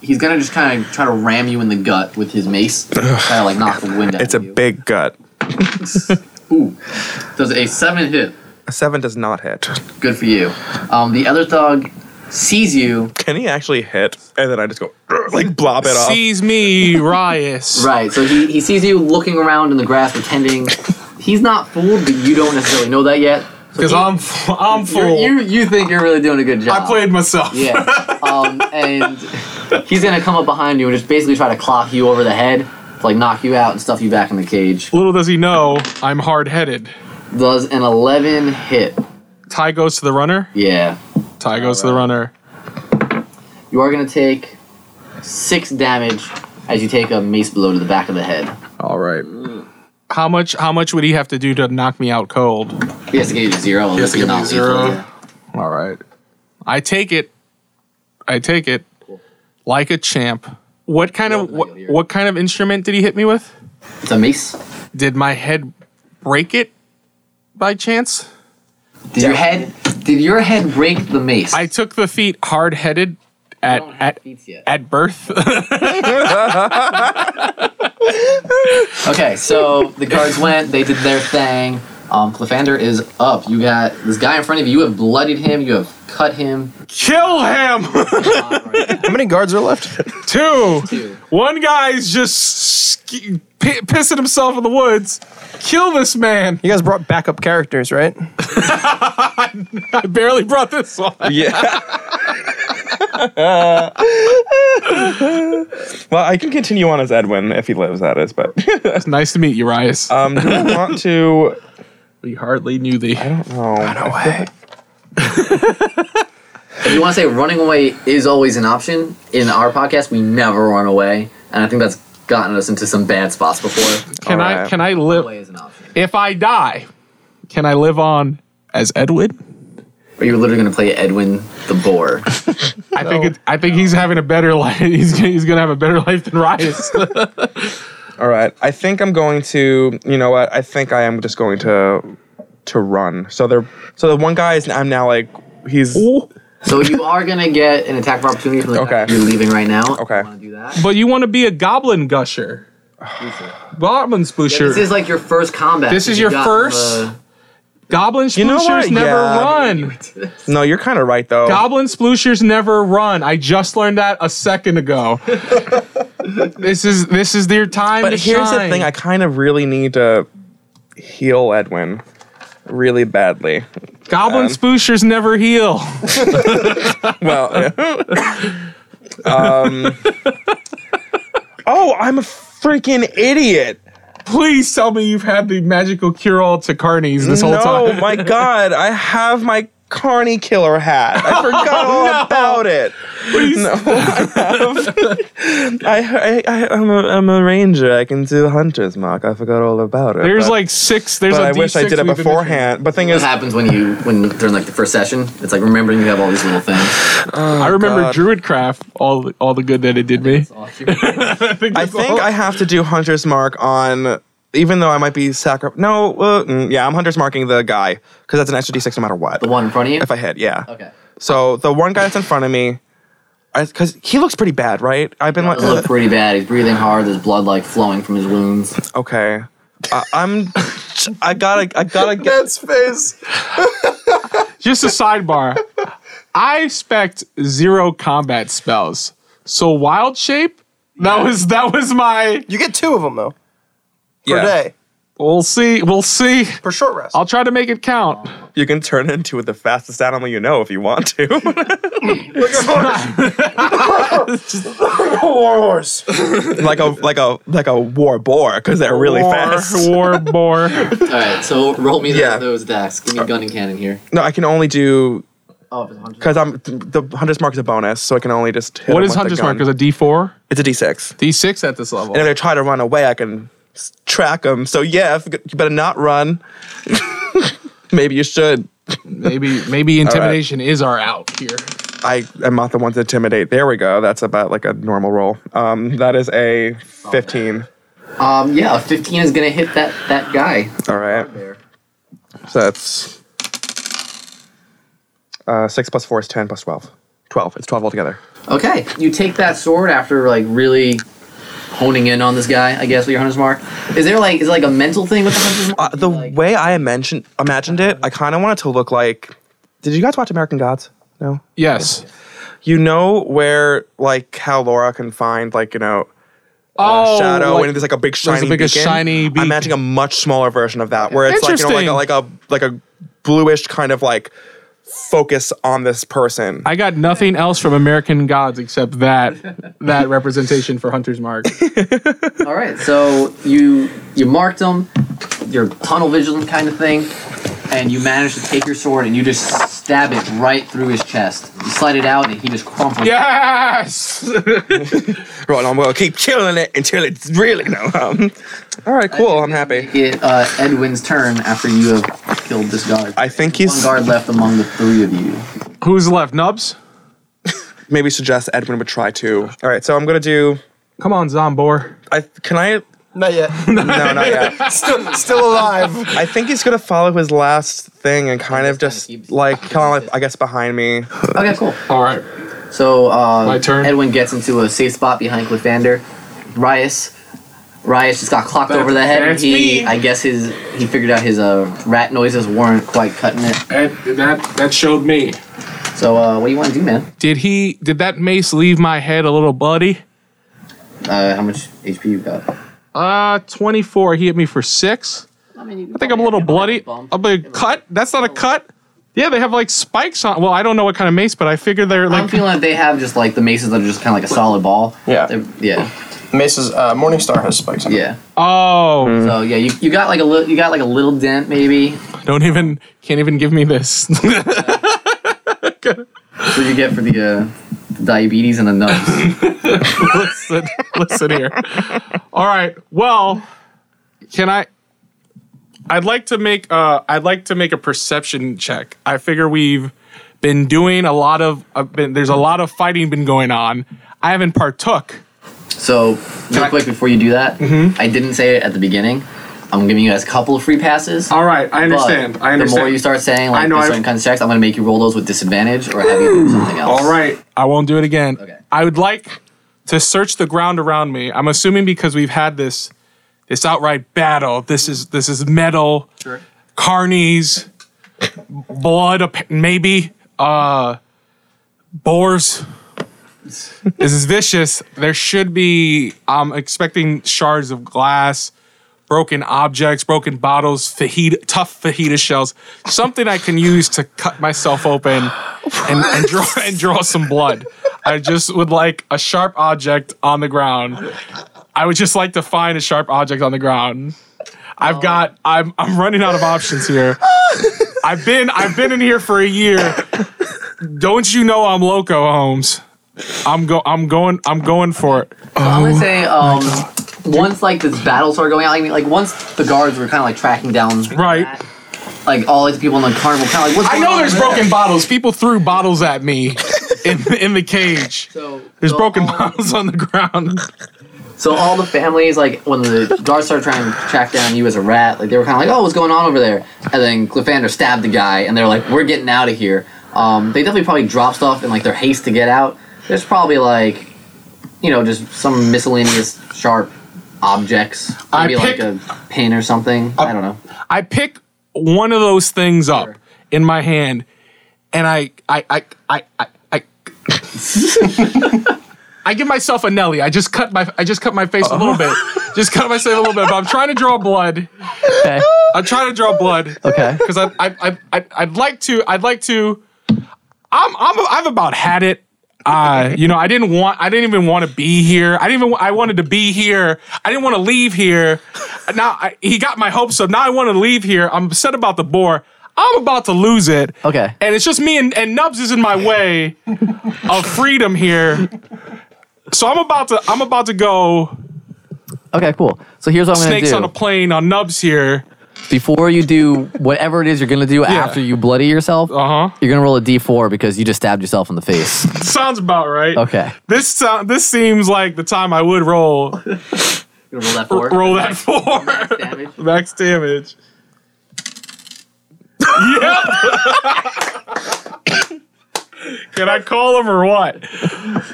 Speaker 1: He's gonna just kind of try to ram you in the gut with his mace, kind of like knock the wind out.
Speaker 2: It's a
Speaker 1: of you.
Speaker 2: big gut.
Speaker 1: Ooh, does a seven hit?
Speaker 2: A seven does not hit. *laughs*
Speaker 1: Good for you. Um, the other thug sees you.
Speaker 2: Can he actually hit? And then I just go *clears throat* "Ugh," like blob it off.
Speaker 3: Seize me, Rias.
Speaker 1: Right, so he, he sees you looking around in the grass pretending. He's not fooled, but you don't necessarily know that yet. So
Speaker 3: Because
Speaker 1: he-
Speaker 3: I'm f- I'm
Speaker 1: you're-
Speaker 3: full.
Speaker 1: You, you think you're really doing a good job.
Speaker 3: I played myself.
Speaker 1: Yeah. Um, and he's going to come up behind you and just basically try to clock you over the head, to, like knock you out and stuff you back in the cage.
Speaker 3: Little does he know I'm hard headed.
Speaker 1: Does an 11 hit.
Speaker 3: Ty goes to the runner.
Speaker 1: Yeah.
Speaker 3: Ty goes to the runner.
Speaker 1: You are going to take six damage as you take a mace blow to the back of the head.
Speaker 3: All right. How much? How much would he have to do to knock me out cold?
Speaker 1: He has to give you zero. unless
Speaker 3: has to give me
Speaker 1: knocks you
Speaker 3: zero.
Speaker 1: over.
Speaker 3: All right. I take it. I take it like a champ. What kind of what, what kind of instrument did he hit me with?
Speaker 1: It's a mace.
Speaker 3: Did my head break it by chance?
Speaker 1: Did your head? Did your head break the mace?
Speaker 3: I took the feat hard headed at
Speaker 1: don't have
Speaker 3: at
Speaker 1: feats yet.
Speaker 3: at birth.
Speaker 1: Okay, so the guards went. They did their thing. Um, Cliffander is up. You got this guy in front of you. You have bloodied him. You have cut him.
Speaker 3: Kill him. *laughs*
Speaker 4: How many guards are left?
Speaker 3: Two.
Speaker 1: Two.
Speaker 3: One guy's just sk- pi pissing himself in the woods. Kill this man.
Speaker 4: You guys brought backup characters, right?
Speaker 3: *laughs* I barely brought this one.
Speaker 2: Yeah. *laughs* well, I can continue on as Edwin if he lives, that is, but
Speaker 3: It's nice to meet Urias.
Speaker 2: um, do we want *laughs* to.
Speaker 3: Uh, we hardly knew thee.
Speaker 2: Oh,
Speaker 4: Away.
Speaker 1: If you want to say running away is always an option, in our podcast we never run away, and I think that's gotten us into some bad spots before.
Speaker 3: Can I?
Speaker 2: alright.
Speaker 3: Can I
Speaker 1: Away
Speaker 3: live?
Speaker 1: is an option.
Speaker 3: If I die, can I live on as Edwin?
Speaker 1: Or you're literally gonna play Edwin the Boar.
Speaker 3: I think it's, I think he's having a better *laughs* life. He's gonna, he's gonna have a better life than *laughs* Rias.
Speaker 2: all right. I think I'm going to. You know what? I think I am just going to to run. So they're so the one guy is. I'm now like he's.
Speaker 1: so
Speaker 3: *laughs*
Speaker 1: you are gonna get an attack of opportunity from the guy
Speaker 2: Okay.
Speaker 1: you're leaving right now.
Speaker 2: Okay.
Speaker 1: You wanna do that?
Speaker 3: but you want to be a goblin gusher, goblin
Speaker 1: Yeah,
Speaker 3: sploosher.
Speaker 1: This is like your first combat.
Speaker 3: This is
Speaker 1: You
Speaker 3: your
Speaker 1: got
Speaker 3: first?
Speaker 1: the-
Speaker 3: goblin splooshers
Speaker 2: You know what?
Speaker 3: never
Speaker 2: Yeah.
Speaker 3: run.
Speaker 2: No, you're kind of right though.
Speaker 3: Goblin splooshers never run. I just learned that a second ago. *laughs* this is this is their time.
Speaker 2: but
Speaker 3: to
Speaker 2: here's the
Speaker 3: shine.
Speaker 2: thing. I kind of really need to heal Edwin really badly.
Speaker 3: goblin
Speaker 2: um,
Speaker 3: splooshers never heal. *laughs*
Speaker 2: Well, *laughs* um, oh, I'm a freaking idiot.
Speaker 3: Please tell me you've had the magical cure all to carnies this whole
Speaker 2: no, *laughs*
Speaker 3: time.
Speaker 2: my God, I have my carny killer hat.
Speaker 3: *laughs*
Speaker 2: I forgot all about it. No, I have. I, I, I, am a, I'm a ranger. I can do hunter's mark. I forgot all about it.
Speaker 3: There's
Speaker 2: but-
Speaker 3: like six. There's
Speaker 2: But
Speaker 3: a
Speaker 2: I wish I
Speaker 3: D6
Speaker 2: did it
Speaker 3: we've been missing.
Speaker 2: beforehand. But thing
Speaker 1: What
Speaker 2: is,
Speaker 1: happens when you when during like the first session? It's like remembering you have all these little things.
Speaker 3: I remember Druidcraft. All the, all the good that it did me.
Speaker 1: It's all here.
Speaker 2: I think I have to do Hunter's Mark on, even though I might be sacri. No, uh, mm, yeah, I'm Hunter's Marking the guy because that's an extra d6 no matter what.
Speaker 1: the one in front of you.
Speaker 2: If I hit, yeah.
Speaker 1: okay.
Speaker 2: So the one guy that's in front of me, because he looks pretty bad, right? I've been like,
Speaker 1: It looked pretty bad. He's breathing hard. There's blood like flowing from his wounds.
Speaker 2: okay, I, I'm, *laughs* I gotta, I
Speaker 1: *laughs*
Speaker 2: gotta get.
Speaker 4: That's face.
Speaker 3: Just a sidebar. I expect zero combat spells. So wild shape. That was that was my.
Speaker 4: You get two of them though per
Speaker 2: Yeah.
Speaker 4: day
Speaker 3: We'll see. We'll see.
Speaker 4: per short rest.
Speaker 3: I'll try to make it count.
Speaker 2: You can turn into the fastest animal you know if you want to,
Speaker 4: *laughs* war horse.
Speaker 2: like a like a like a war boar because they're really
Speaker 3: war,
Speaker 2: fast. *laughs*
Speaker 3: War boar.
Speaker 1: All right. So roll me
Speaker 2: Yeah.
Speaker 1: those decks. Give me gun and cannon here.
Speaker 2: No, I can only do
Speaker 1: Oh, if it's 100.
Speaker 2: because I'm the Hunter's Mark is a bonus, so I can only just. Hit
Speaker 3: what
Speaker 2: him
Speaker 3: is
Speaker 2: with the
Speaker 3: hunter's
Speaker 2: gun.
Speaker 3: mark? Is a D four,
Speaker 2: It's a d6.
Speaker 3: D six at this
Speaker 2: *laughs*
Speaker 3: level.
Speaker 2: And if they try to run away, I can s- track them. So yeah, if, you better not run. *laughs* Maybe you should.
Speaker 3: Maybe maybe intimidation is our out here.
Speaker 2: I am not the one to intimidate. There we go. That's about like a normal roll. Um, that is a 15.
Speaker 1: Um, yeah, a 15 is gonna hit that that guy
Speaker 2: All right.
Speaker 1: there.
Speaker 2: So that's uh, 6 plus 4 is 10 plus 12. 12. It's 12 altogether.
Speaker 1: Okay, you take that sword after like really honing in on this guy. I guess with your hunter's mark. Is there like is it like a mental thing with the hunter's mark?
Speaker 2: Uh, the
Speaker 1: Like-
Speaker 2: way I imagined, imagined it, I kind of wanted to look like. Did you guys watch American Gods? No? Uh,
Speaker 3: Yes.
Speaker 2: You know where, like, how Laura can find, like, you know,
Speaker 3: Oh,
Speaker 2: shadow
Speaker 3: like-
Speaker 2: and there's like a big shiny
Speaker 3: big a
Speaker 2: beacon.
Speaker 3: shiny
Speaker 2: I'm
Speaker 3: beacon.
Speaker 2: imagining a much smaller version of that where it's like you know like a like a like a bluish kind of like focus on this person.
Speaker 3: I got nothing else from American Gods except that that representation for Hunter's
Speaker 2: *laughs*
Speaker 3: Mark.
Speaker 1: All right, so you you marked them, your tunnel vision kind of thing, and you managed to take your sword and you just stab it right through his chest. You slide it out and he just crumbles.
Speaker 2: *laughs*
Speaker 3: Yes.
Speaker 2: right, I'm gonna keep killing it until it's really no. Um, all right, cool. I'm happy.
Speaker 1: It uh, Edwin's turn after you have killed this guard.
Speaker 2: I think
Speaker 1: One
Speaker 2: he's
Speaker 1: guard left among the three of you.
Speaker 3: Who's left? Nubs.
Speaker 2: maybe suggest Edwin would try to. All right, so I'm gonna do.
Speaker 3: Come on, Zombor.
Speaker 2: I can I.
Speaker 4: Not yet.
Speaker 2: No, not yet.
Speaker 4: still, still alive.
Speaker 2: I think he's gonna follow his last thing and kind of
Speaker 1: Just kinda
Speaker 2: just
Speaker 1: keeps-
Speaker 2: like kind of like I guess behind me.
Speaker 1: Okay, cool.
Speaker 3: All right.
Speaker 1: So uh,
Speaker 3: My turn.
Speaker 1: Edwin gets into a safe spot behind Cliffander. Rias, Rias just got clocked over the head. and
Speaker 7: That's
Speaker 1: he,
Speaker 7: me.
Speaker 1: I guess his he figured out his uh, rat noises weren't quite cutting it.
Speaker 7: That that, that showed me.
Speaker 1: So uh, what do you want to do, man?
Speaker 3: Did he? Did that mace leave my head a little bloody?
Speaker 1: Uh, how much HP you got?
Speaker 3: Uh, 24. He hit me for six.
Speaker 1: I, mean,
Speaker 3: I think I'm a little bloody. A big cut. That's not a cut. Yeah, they have like spikes on. Well, I don't know what kind of mace, but I figure they're
Speaker 1: I'm
Speaker 3: like.
Speaker 1: feeling like they have just like the maces that are just kind of like a solid ball.
Speaker 4: Yeah.
Speaker 1: They're- yeah,
Speaker 4: Mace's uh, Morningstar has spikes on it.
Speaker 1: yeah.
Speaker 3: Oh,
Speaker 1: So yeah, you, you got like a little you got like a little dent maybe.
Speaker 3: don't even. Can't even give me this. *laughs*
Speaker 1: That's what you get for the, uh, the diabetes and the nuts.
Speaker 3: *laughs* listen, listen here. All right. Well, can I? I'd like to make. Uh, I'd like to make a perception check. I figure we've been doing a lot of. Uh, been, there's a lot of fighting been going on. I haven't partook.
Speaker 1: So real quick before you do that,
Speaker 7: Mm-hmm.
Speaker 1: I didn't say it at the beginning. I'm giving you guys a couple of free passes.
Speaker 7: All right, I
Speaker 1: but
Speaker 7: understand. I understand.
Speaker 1: The more you start saying like
Speaker 7: I know,
Speaker 1: these
Speaker 7: I-
Speaker 1: certain kinds of checks, I'm gonna make you roll those with disadvantage or have you
Speaker 7: *clears throat*
Speaker 1: do something else.
Speaker 7: All right.
Speaker 3: I won't do it again.
Speaker 1: Okay.
Speaker 3: I would like to search the ground around me. I'm assuming because we've had this this outright battle. This is this is metal, carnies, blood, ap- maybe uh, boars. this is vicious. There should be. I'm expecting shards of glass, broken objects, broken bottles, fajita, tough fajita shells, something I can use to cut myself open and, and draw *laughs* and draw some blood. I just would like a sharp object on the ground. I would just like to find a sharp object on the ground. I've got. I'm. I'm running out of options here. I've been. I've been in here for a year. Don't you know I'm loco, Holmes? I'm go. I'm going. I'm going for it.
Speaker 1: I'm gonna say um once like this battle started going on, I mean like once the guards were kinda like tracking down
Speaker 3: Right.
Speaker 1: that, like all these people in the carnival kinda like what's
Speaker 3: I
Speaker 1: going
Speaker 3: know
Speaker 1: on
Speaker 3: there's
Speaker 1: over there?
Speaker 3: broken bottles. People threw bottles at me in in the cage.
Speaker 1: So
Speaker 3: There's
Speaker 1: so
Speaker 3: broken
Speaker 1: all-
Speaker 3: bottles on the ground.
Speaker 1: So all the families, like when the guards started trying to track down you as a rat, like they were kind of like, "Oh, what's going on over there?" And then Cliffander stabbed the guy, and they're like, "We're getting out of here." Um, they definitely probably dropped stuff in like their haste to get out. There's probably like, you know, just some miscellaneous sharp objects,
Speaker 3: I
Speaker 1: maybe like
Speaker 3: pick-
Speaker 1: a pin or something. I don't know.
Speaker 3: I pick one of those things up in my hand, and I I I I I. I *laughs* I give myself a Nelly. I just cut my I just cut my face a little bit. Just cut myself a little bit, but I'm trying to draw blood.
Speaker 8: Uh-huh. Okay.
Speaker 3: I'm trying to draw blood.
Speaker 8: Okay.
Speaker 3: because I, I, I, I, I'd like to, I'd like to, I'm, I'm, I've about had it. Uh, you know, I didn't want, I didn't even want to be here. I didn't even, I wanted to be here. I didn't want to leave here. Now I, he got my hopes up. Now I want to leave here. I'm upset about the boar. I'm about to lose it.
Speaker 8: Okay.
Speaker 3: And it's just me and, and Nubs is in my way of freedom here. So I'm about to, I'm about to go
Speaker 8: Okay, cool. So here's what I'm going to
Speaker 3: snakes
Speaker 8: do.
Speaker 1: *laughs*
Speaker 3: on a plane on Nubs here.
Speaker 8: Before you do whatever it is you're going to do after you bloody yourself,
Speaker 3: Uh huh.
Speaker 8: you're going to roll a d4 because you just stabbed yourself in the
Speaker 3: *laughs*
Speaker 8: face.
Speaker 3: Sounds about right.
Speaker 8: Okay.
Speaker 3: This sound, this seems like the time I would roll
Speaker 1: Gonna roll that forward.
Speaker 3: roll
Speaker 1: *laughs*
Speaker 3: that four
Speaker 1: Damage.
Speaker 3: max damage. yep. Can I call him or what?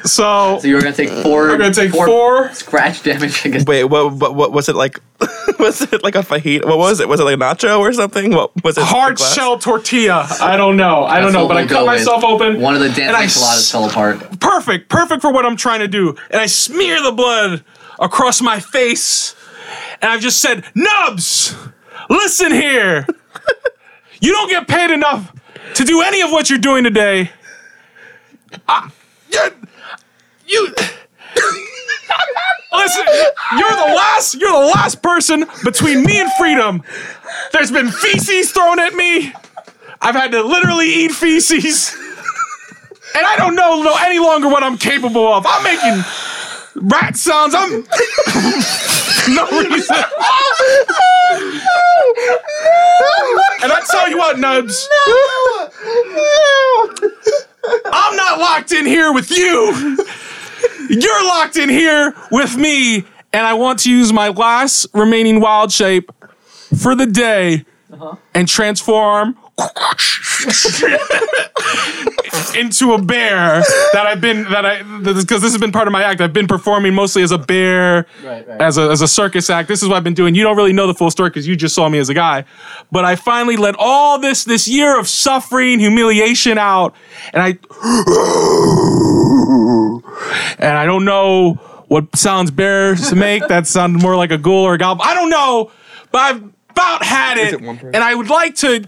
Speaker 3: So,
Speaker 1: So you're gonna take four.
Speaker 3: I'm gonna take four.
Speaker 1: scratch damage. I guess.
Speaker 2: Wait, what, what, what was it like? *laughs* was it like a fajita? What was it? Was it like nacho or something? What was it?
Speaker 3: hard
Speaker 2: glass?
Speaker 3: shell tortilla. I don't know. I don't
Speaker 1: That's
Speaker 3: know,
Speaker 1: what
Speaker 3: but I
Speaker 1: we'll
Speaker 3: cut
Speaker 1: go with.
Speaker 3: myself open.
Speaker 1: One of the
Speaker 3: and I
Speaker 1: dancing enchiladas
Speaker 3: s-
Speaker 1: fell apart.
Speaker 3: perfect, perfect for what I'm trying to do. And I smear the blood across my face, and I've just said, Nubs, listen here. you don't get paid enough to do any of what you're doing today. I, you. Listen, you're the last, you're the last person between me and freedom. There's been feces thrown at me. I've had to literally eat feces and I don't know no, any longer what I'm capable of. I'm making rat sounds. I'm *laughs* no reason. and I tell you what, Nubs. I'm not locked in here with you. You're locked in here with me, and I want to use my last remaining wild shape for the day and transform into a bear that I've been that I because this has been part of my act. I've been performing mostly as a bear,
Speaker 9: Right, right.
Speaker 3: as a as a circus act. This is what I've been doing. You don't really know the full story because you just saw me as a guy, but I finally let all this this year of suffering, humiliation out, and I *gasps* and I don't know what sounds bears make. That sounded more like a ghoul or a goblin. I don't know, but I've about had it,
Speaker 2: it one person?
Speaker 3: and I would like to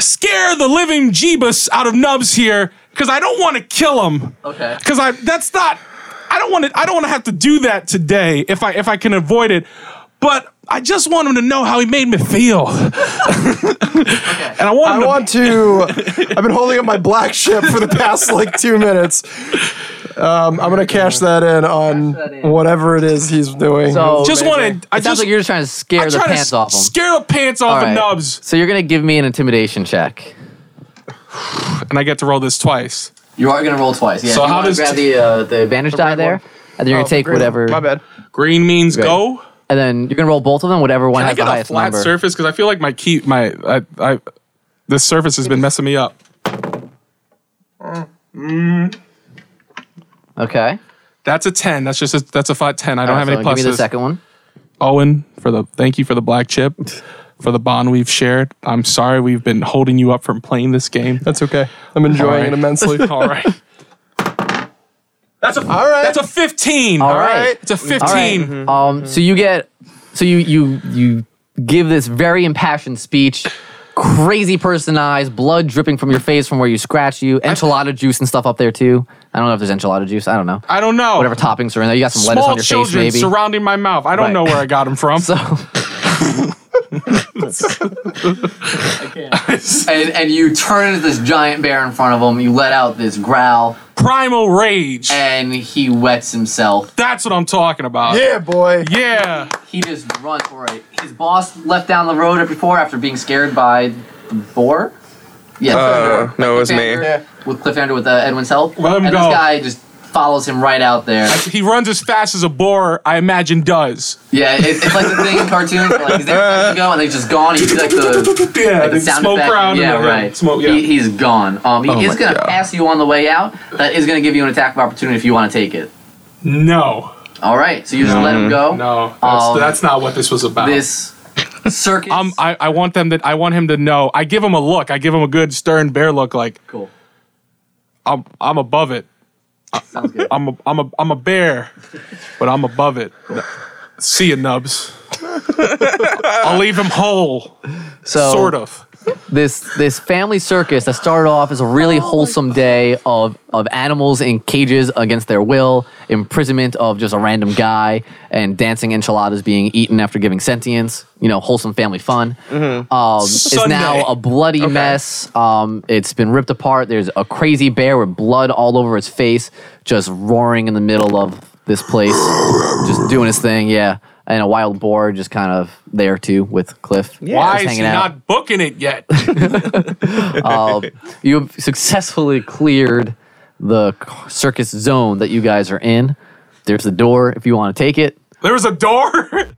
Speaker 3: scare the living Jeebus out of Nubs here because I don't want to kill him.
Speaker 9: Okay.
Speaker 3: Because I that's not I don't want to I don't want to have to do that today if I if I can avoid it, but. I just want him to know how he made me feel, *laughs* and I want him
Speaker 4: I
Speaker 3: to
Speaker 4: want to. I've been holding up my black ship for the past like two minutes. Um, I'm gonna cash that in on
Speaker 9: that in.
Speaker 4: whatever it is he's doing.
Speaker 1: So
Speaker 3: Just
Speaker 1: Major,
Speaker 3: wanted- I
Speaker 1: It sounds
Speaker 3: just-
Speaker 1: like you're just trying to scare
Speaker 3: I'm
Speaker 1: the
Speaker 3: trying to
Speaker 1: pants
Speaker 3: s-
Speaker 1: off him.
Speaker 3: Scare the pants off of
Speaker 1: Alright.
Speaker 3: Nubs,
Speaker 1: So you're gonna give me an intimidation check.
Speaker 3: and I get to roll this twice.
Speaker 9: You are gonna roll twice. Yeah.
Speaker 3: So
Speaker 9: you
Speaker 3: how
Speaker 9: wanna
Speaker 3: does
Speaker 9: grab
Speaker 3: t- Oh,
Speaker 9: the uh, the
Speaker 1: Advantage die there, and then you're gonna take whatever,
Speaker 4: My bad.
Speaker 3: Green means go.
Speaker 1: and then you're gonna roll both of them, whatever one
Speaker 3: Can I
Speaker 1: has the
Speaker 3: get a
Speaker 1: highest
Speaker 3: flat
Speaker 1: number.
Speaker 3: surface? Because I feel like my key, my I, I, this surface has been messing me up.
Speaker 1: Okay.
Speaker 3: That's a ten. That's just a, that's a flat ten. I don't
Speaker 1: All right,
Speaker 3: have
Speaker 1: so give
Speaker 3: any
Speaker 1: me
Speaker 3: pluses.
Speaker 1: the second one.
Speaker 3: Owen, for the thank you for the black *laughs* chip, for the bond we've shared. I'm sorry we've been holding you up from playing this game.
Speaker 4: That's okay. I'm enjoying
Speaker 3: Alright.
Speaker 4: it immensely.
Speaker 3: *laughs* All right. That's a
Speaker 4: All right.
Speaker 3: that's a fifteen.
Speaker 1: All right.
Speaker 3: It's a
Speaker 1: All right.
Speaker 3: fifteen.
Speaker 9: Mm-hmm.
Speaker 1: Um, so you get, so you you you give this very impassioned speech, crazy person eyes, blood dripping from your face from where you scratch you, enchilada juice and stuff up there too. I don't know if there's enchilada juice. I don't know.
Speaker 3: I don't know.
Speaker 1: Whatever toppings are in there. You got some lettuce
Speaker 3: Small
Speaker 1: on your face,
Speaker 3: children
Speaker 1: maybe.
Speaker 3: surrounding my mouth. I don't
Speaker 1: Right.
Speaker 3: know where I got them
Speaker 1: *laughs*
Speaker 3: from.
Speaker 1: so
Speaker 9: and, and you turn into this giant bear in front of him. You let out this growl,
Speaker 3: Primal rage.
Speaker 9: and he wets himself.
Speaker 3: That's what I'm talking about.
Speaker 4: yeah, boy.
Speaker 3: Yeah.
Speaker 9: He just runs for it. His boss left down the road before after being scared by the boar. Yeah,
Speaker 2: Uh, no, it was me.
Speaker 9: Cliffhanger, With Cliffhanger with uh, Edwin's help.
Speaker 3: Let him
Speaker 9: and
Speaker 3: go.
Speaker 9: this guy just follows him right out there.
Speaker 3: He runs as fast as a boar, I imagine, does.
Speaker 9: Yeah, it, it's like the thing in cartoons. where, Like, he's there to go, and they're just gone. He's like the,
Speaker 3: *laughs* Yeah,
Speaker 9: like the
Speaker 3: the
Speaker 9: sound
Speaker 3: smoke
Speaker 9: effect.
Speaker 3: round.
Speaker 9: Yeah,
Speaker 3: and the-
Speaker 9: right.
Speaker 3: Smoke, yeah.
Speaker 9: He, he's gone. Um, he is
Speaker 2: Oh my
Speaker 9: gonna
Speaker 2: God.
Speaker 9: pass you on the way out. That is gonna give you an attack of opportunity if you want to take it.
Speaker 3: no,
Speaker 9: All right, so you just let him go.
Speaker 3: no, that's,
Speaker 1: Oh.
Speaker 9: Um,
Speaker 3: that's not what this was about.
Speaker 9: This circus.
Speaker 3: um, I, I want them to. I want him to know. I give him a look. I give him a good stern bear look. Like
Speaker 9: cool.
Speaker 3: I'm, I'm above it.
Speaker 9: Sounds good.
Speaker 3: I'm a, I'm a, I'm a bear, but I'm above it. See ya, nubs. *laughs* I'll leave him whole,
Speaker 1: so
Speaker 3: sort of.
Speaker 1: this this family circus that started off as a really wholesome day of of animals in cages against their will, imprisonment of just a random guy, and dancing enchiladas being eaten after giving sentience. You know, wholesome family fun. Um, is now
Speaker 3: Sunday.
Speaker 1: a bloody mess. Um, it's been ripped apart. There's a crazy bear with blood all over its face, just roaring in the middle of this place, just doing his thing. Yeah. And a wild boar just kind of there too with Cliff.
Speaker 3: Why
Speaker 1: just
Speaker 3: is he
Speaker 1: hanging out.
Speaker 3: not booking it yet?
Speaker 1: you have successfully cleared the circus zone that you guys are in. There's the door if you want to take it.
Speaker 3: There was a door. *laughs*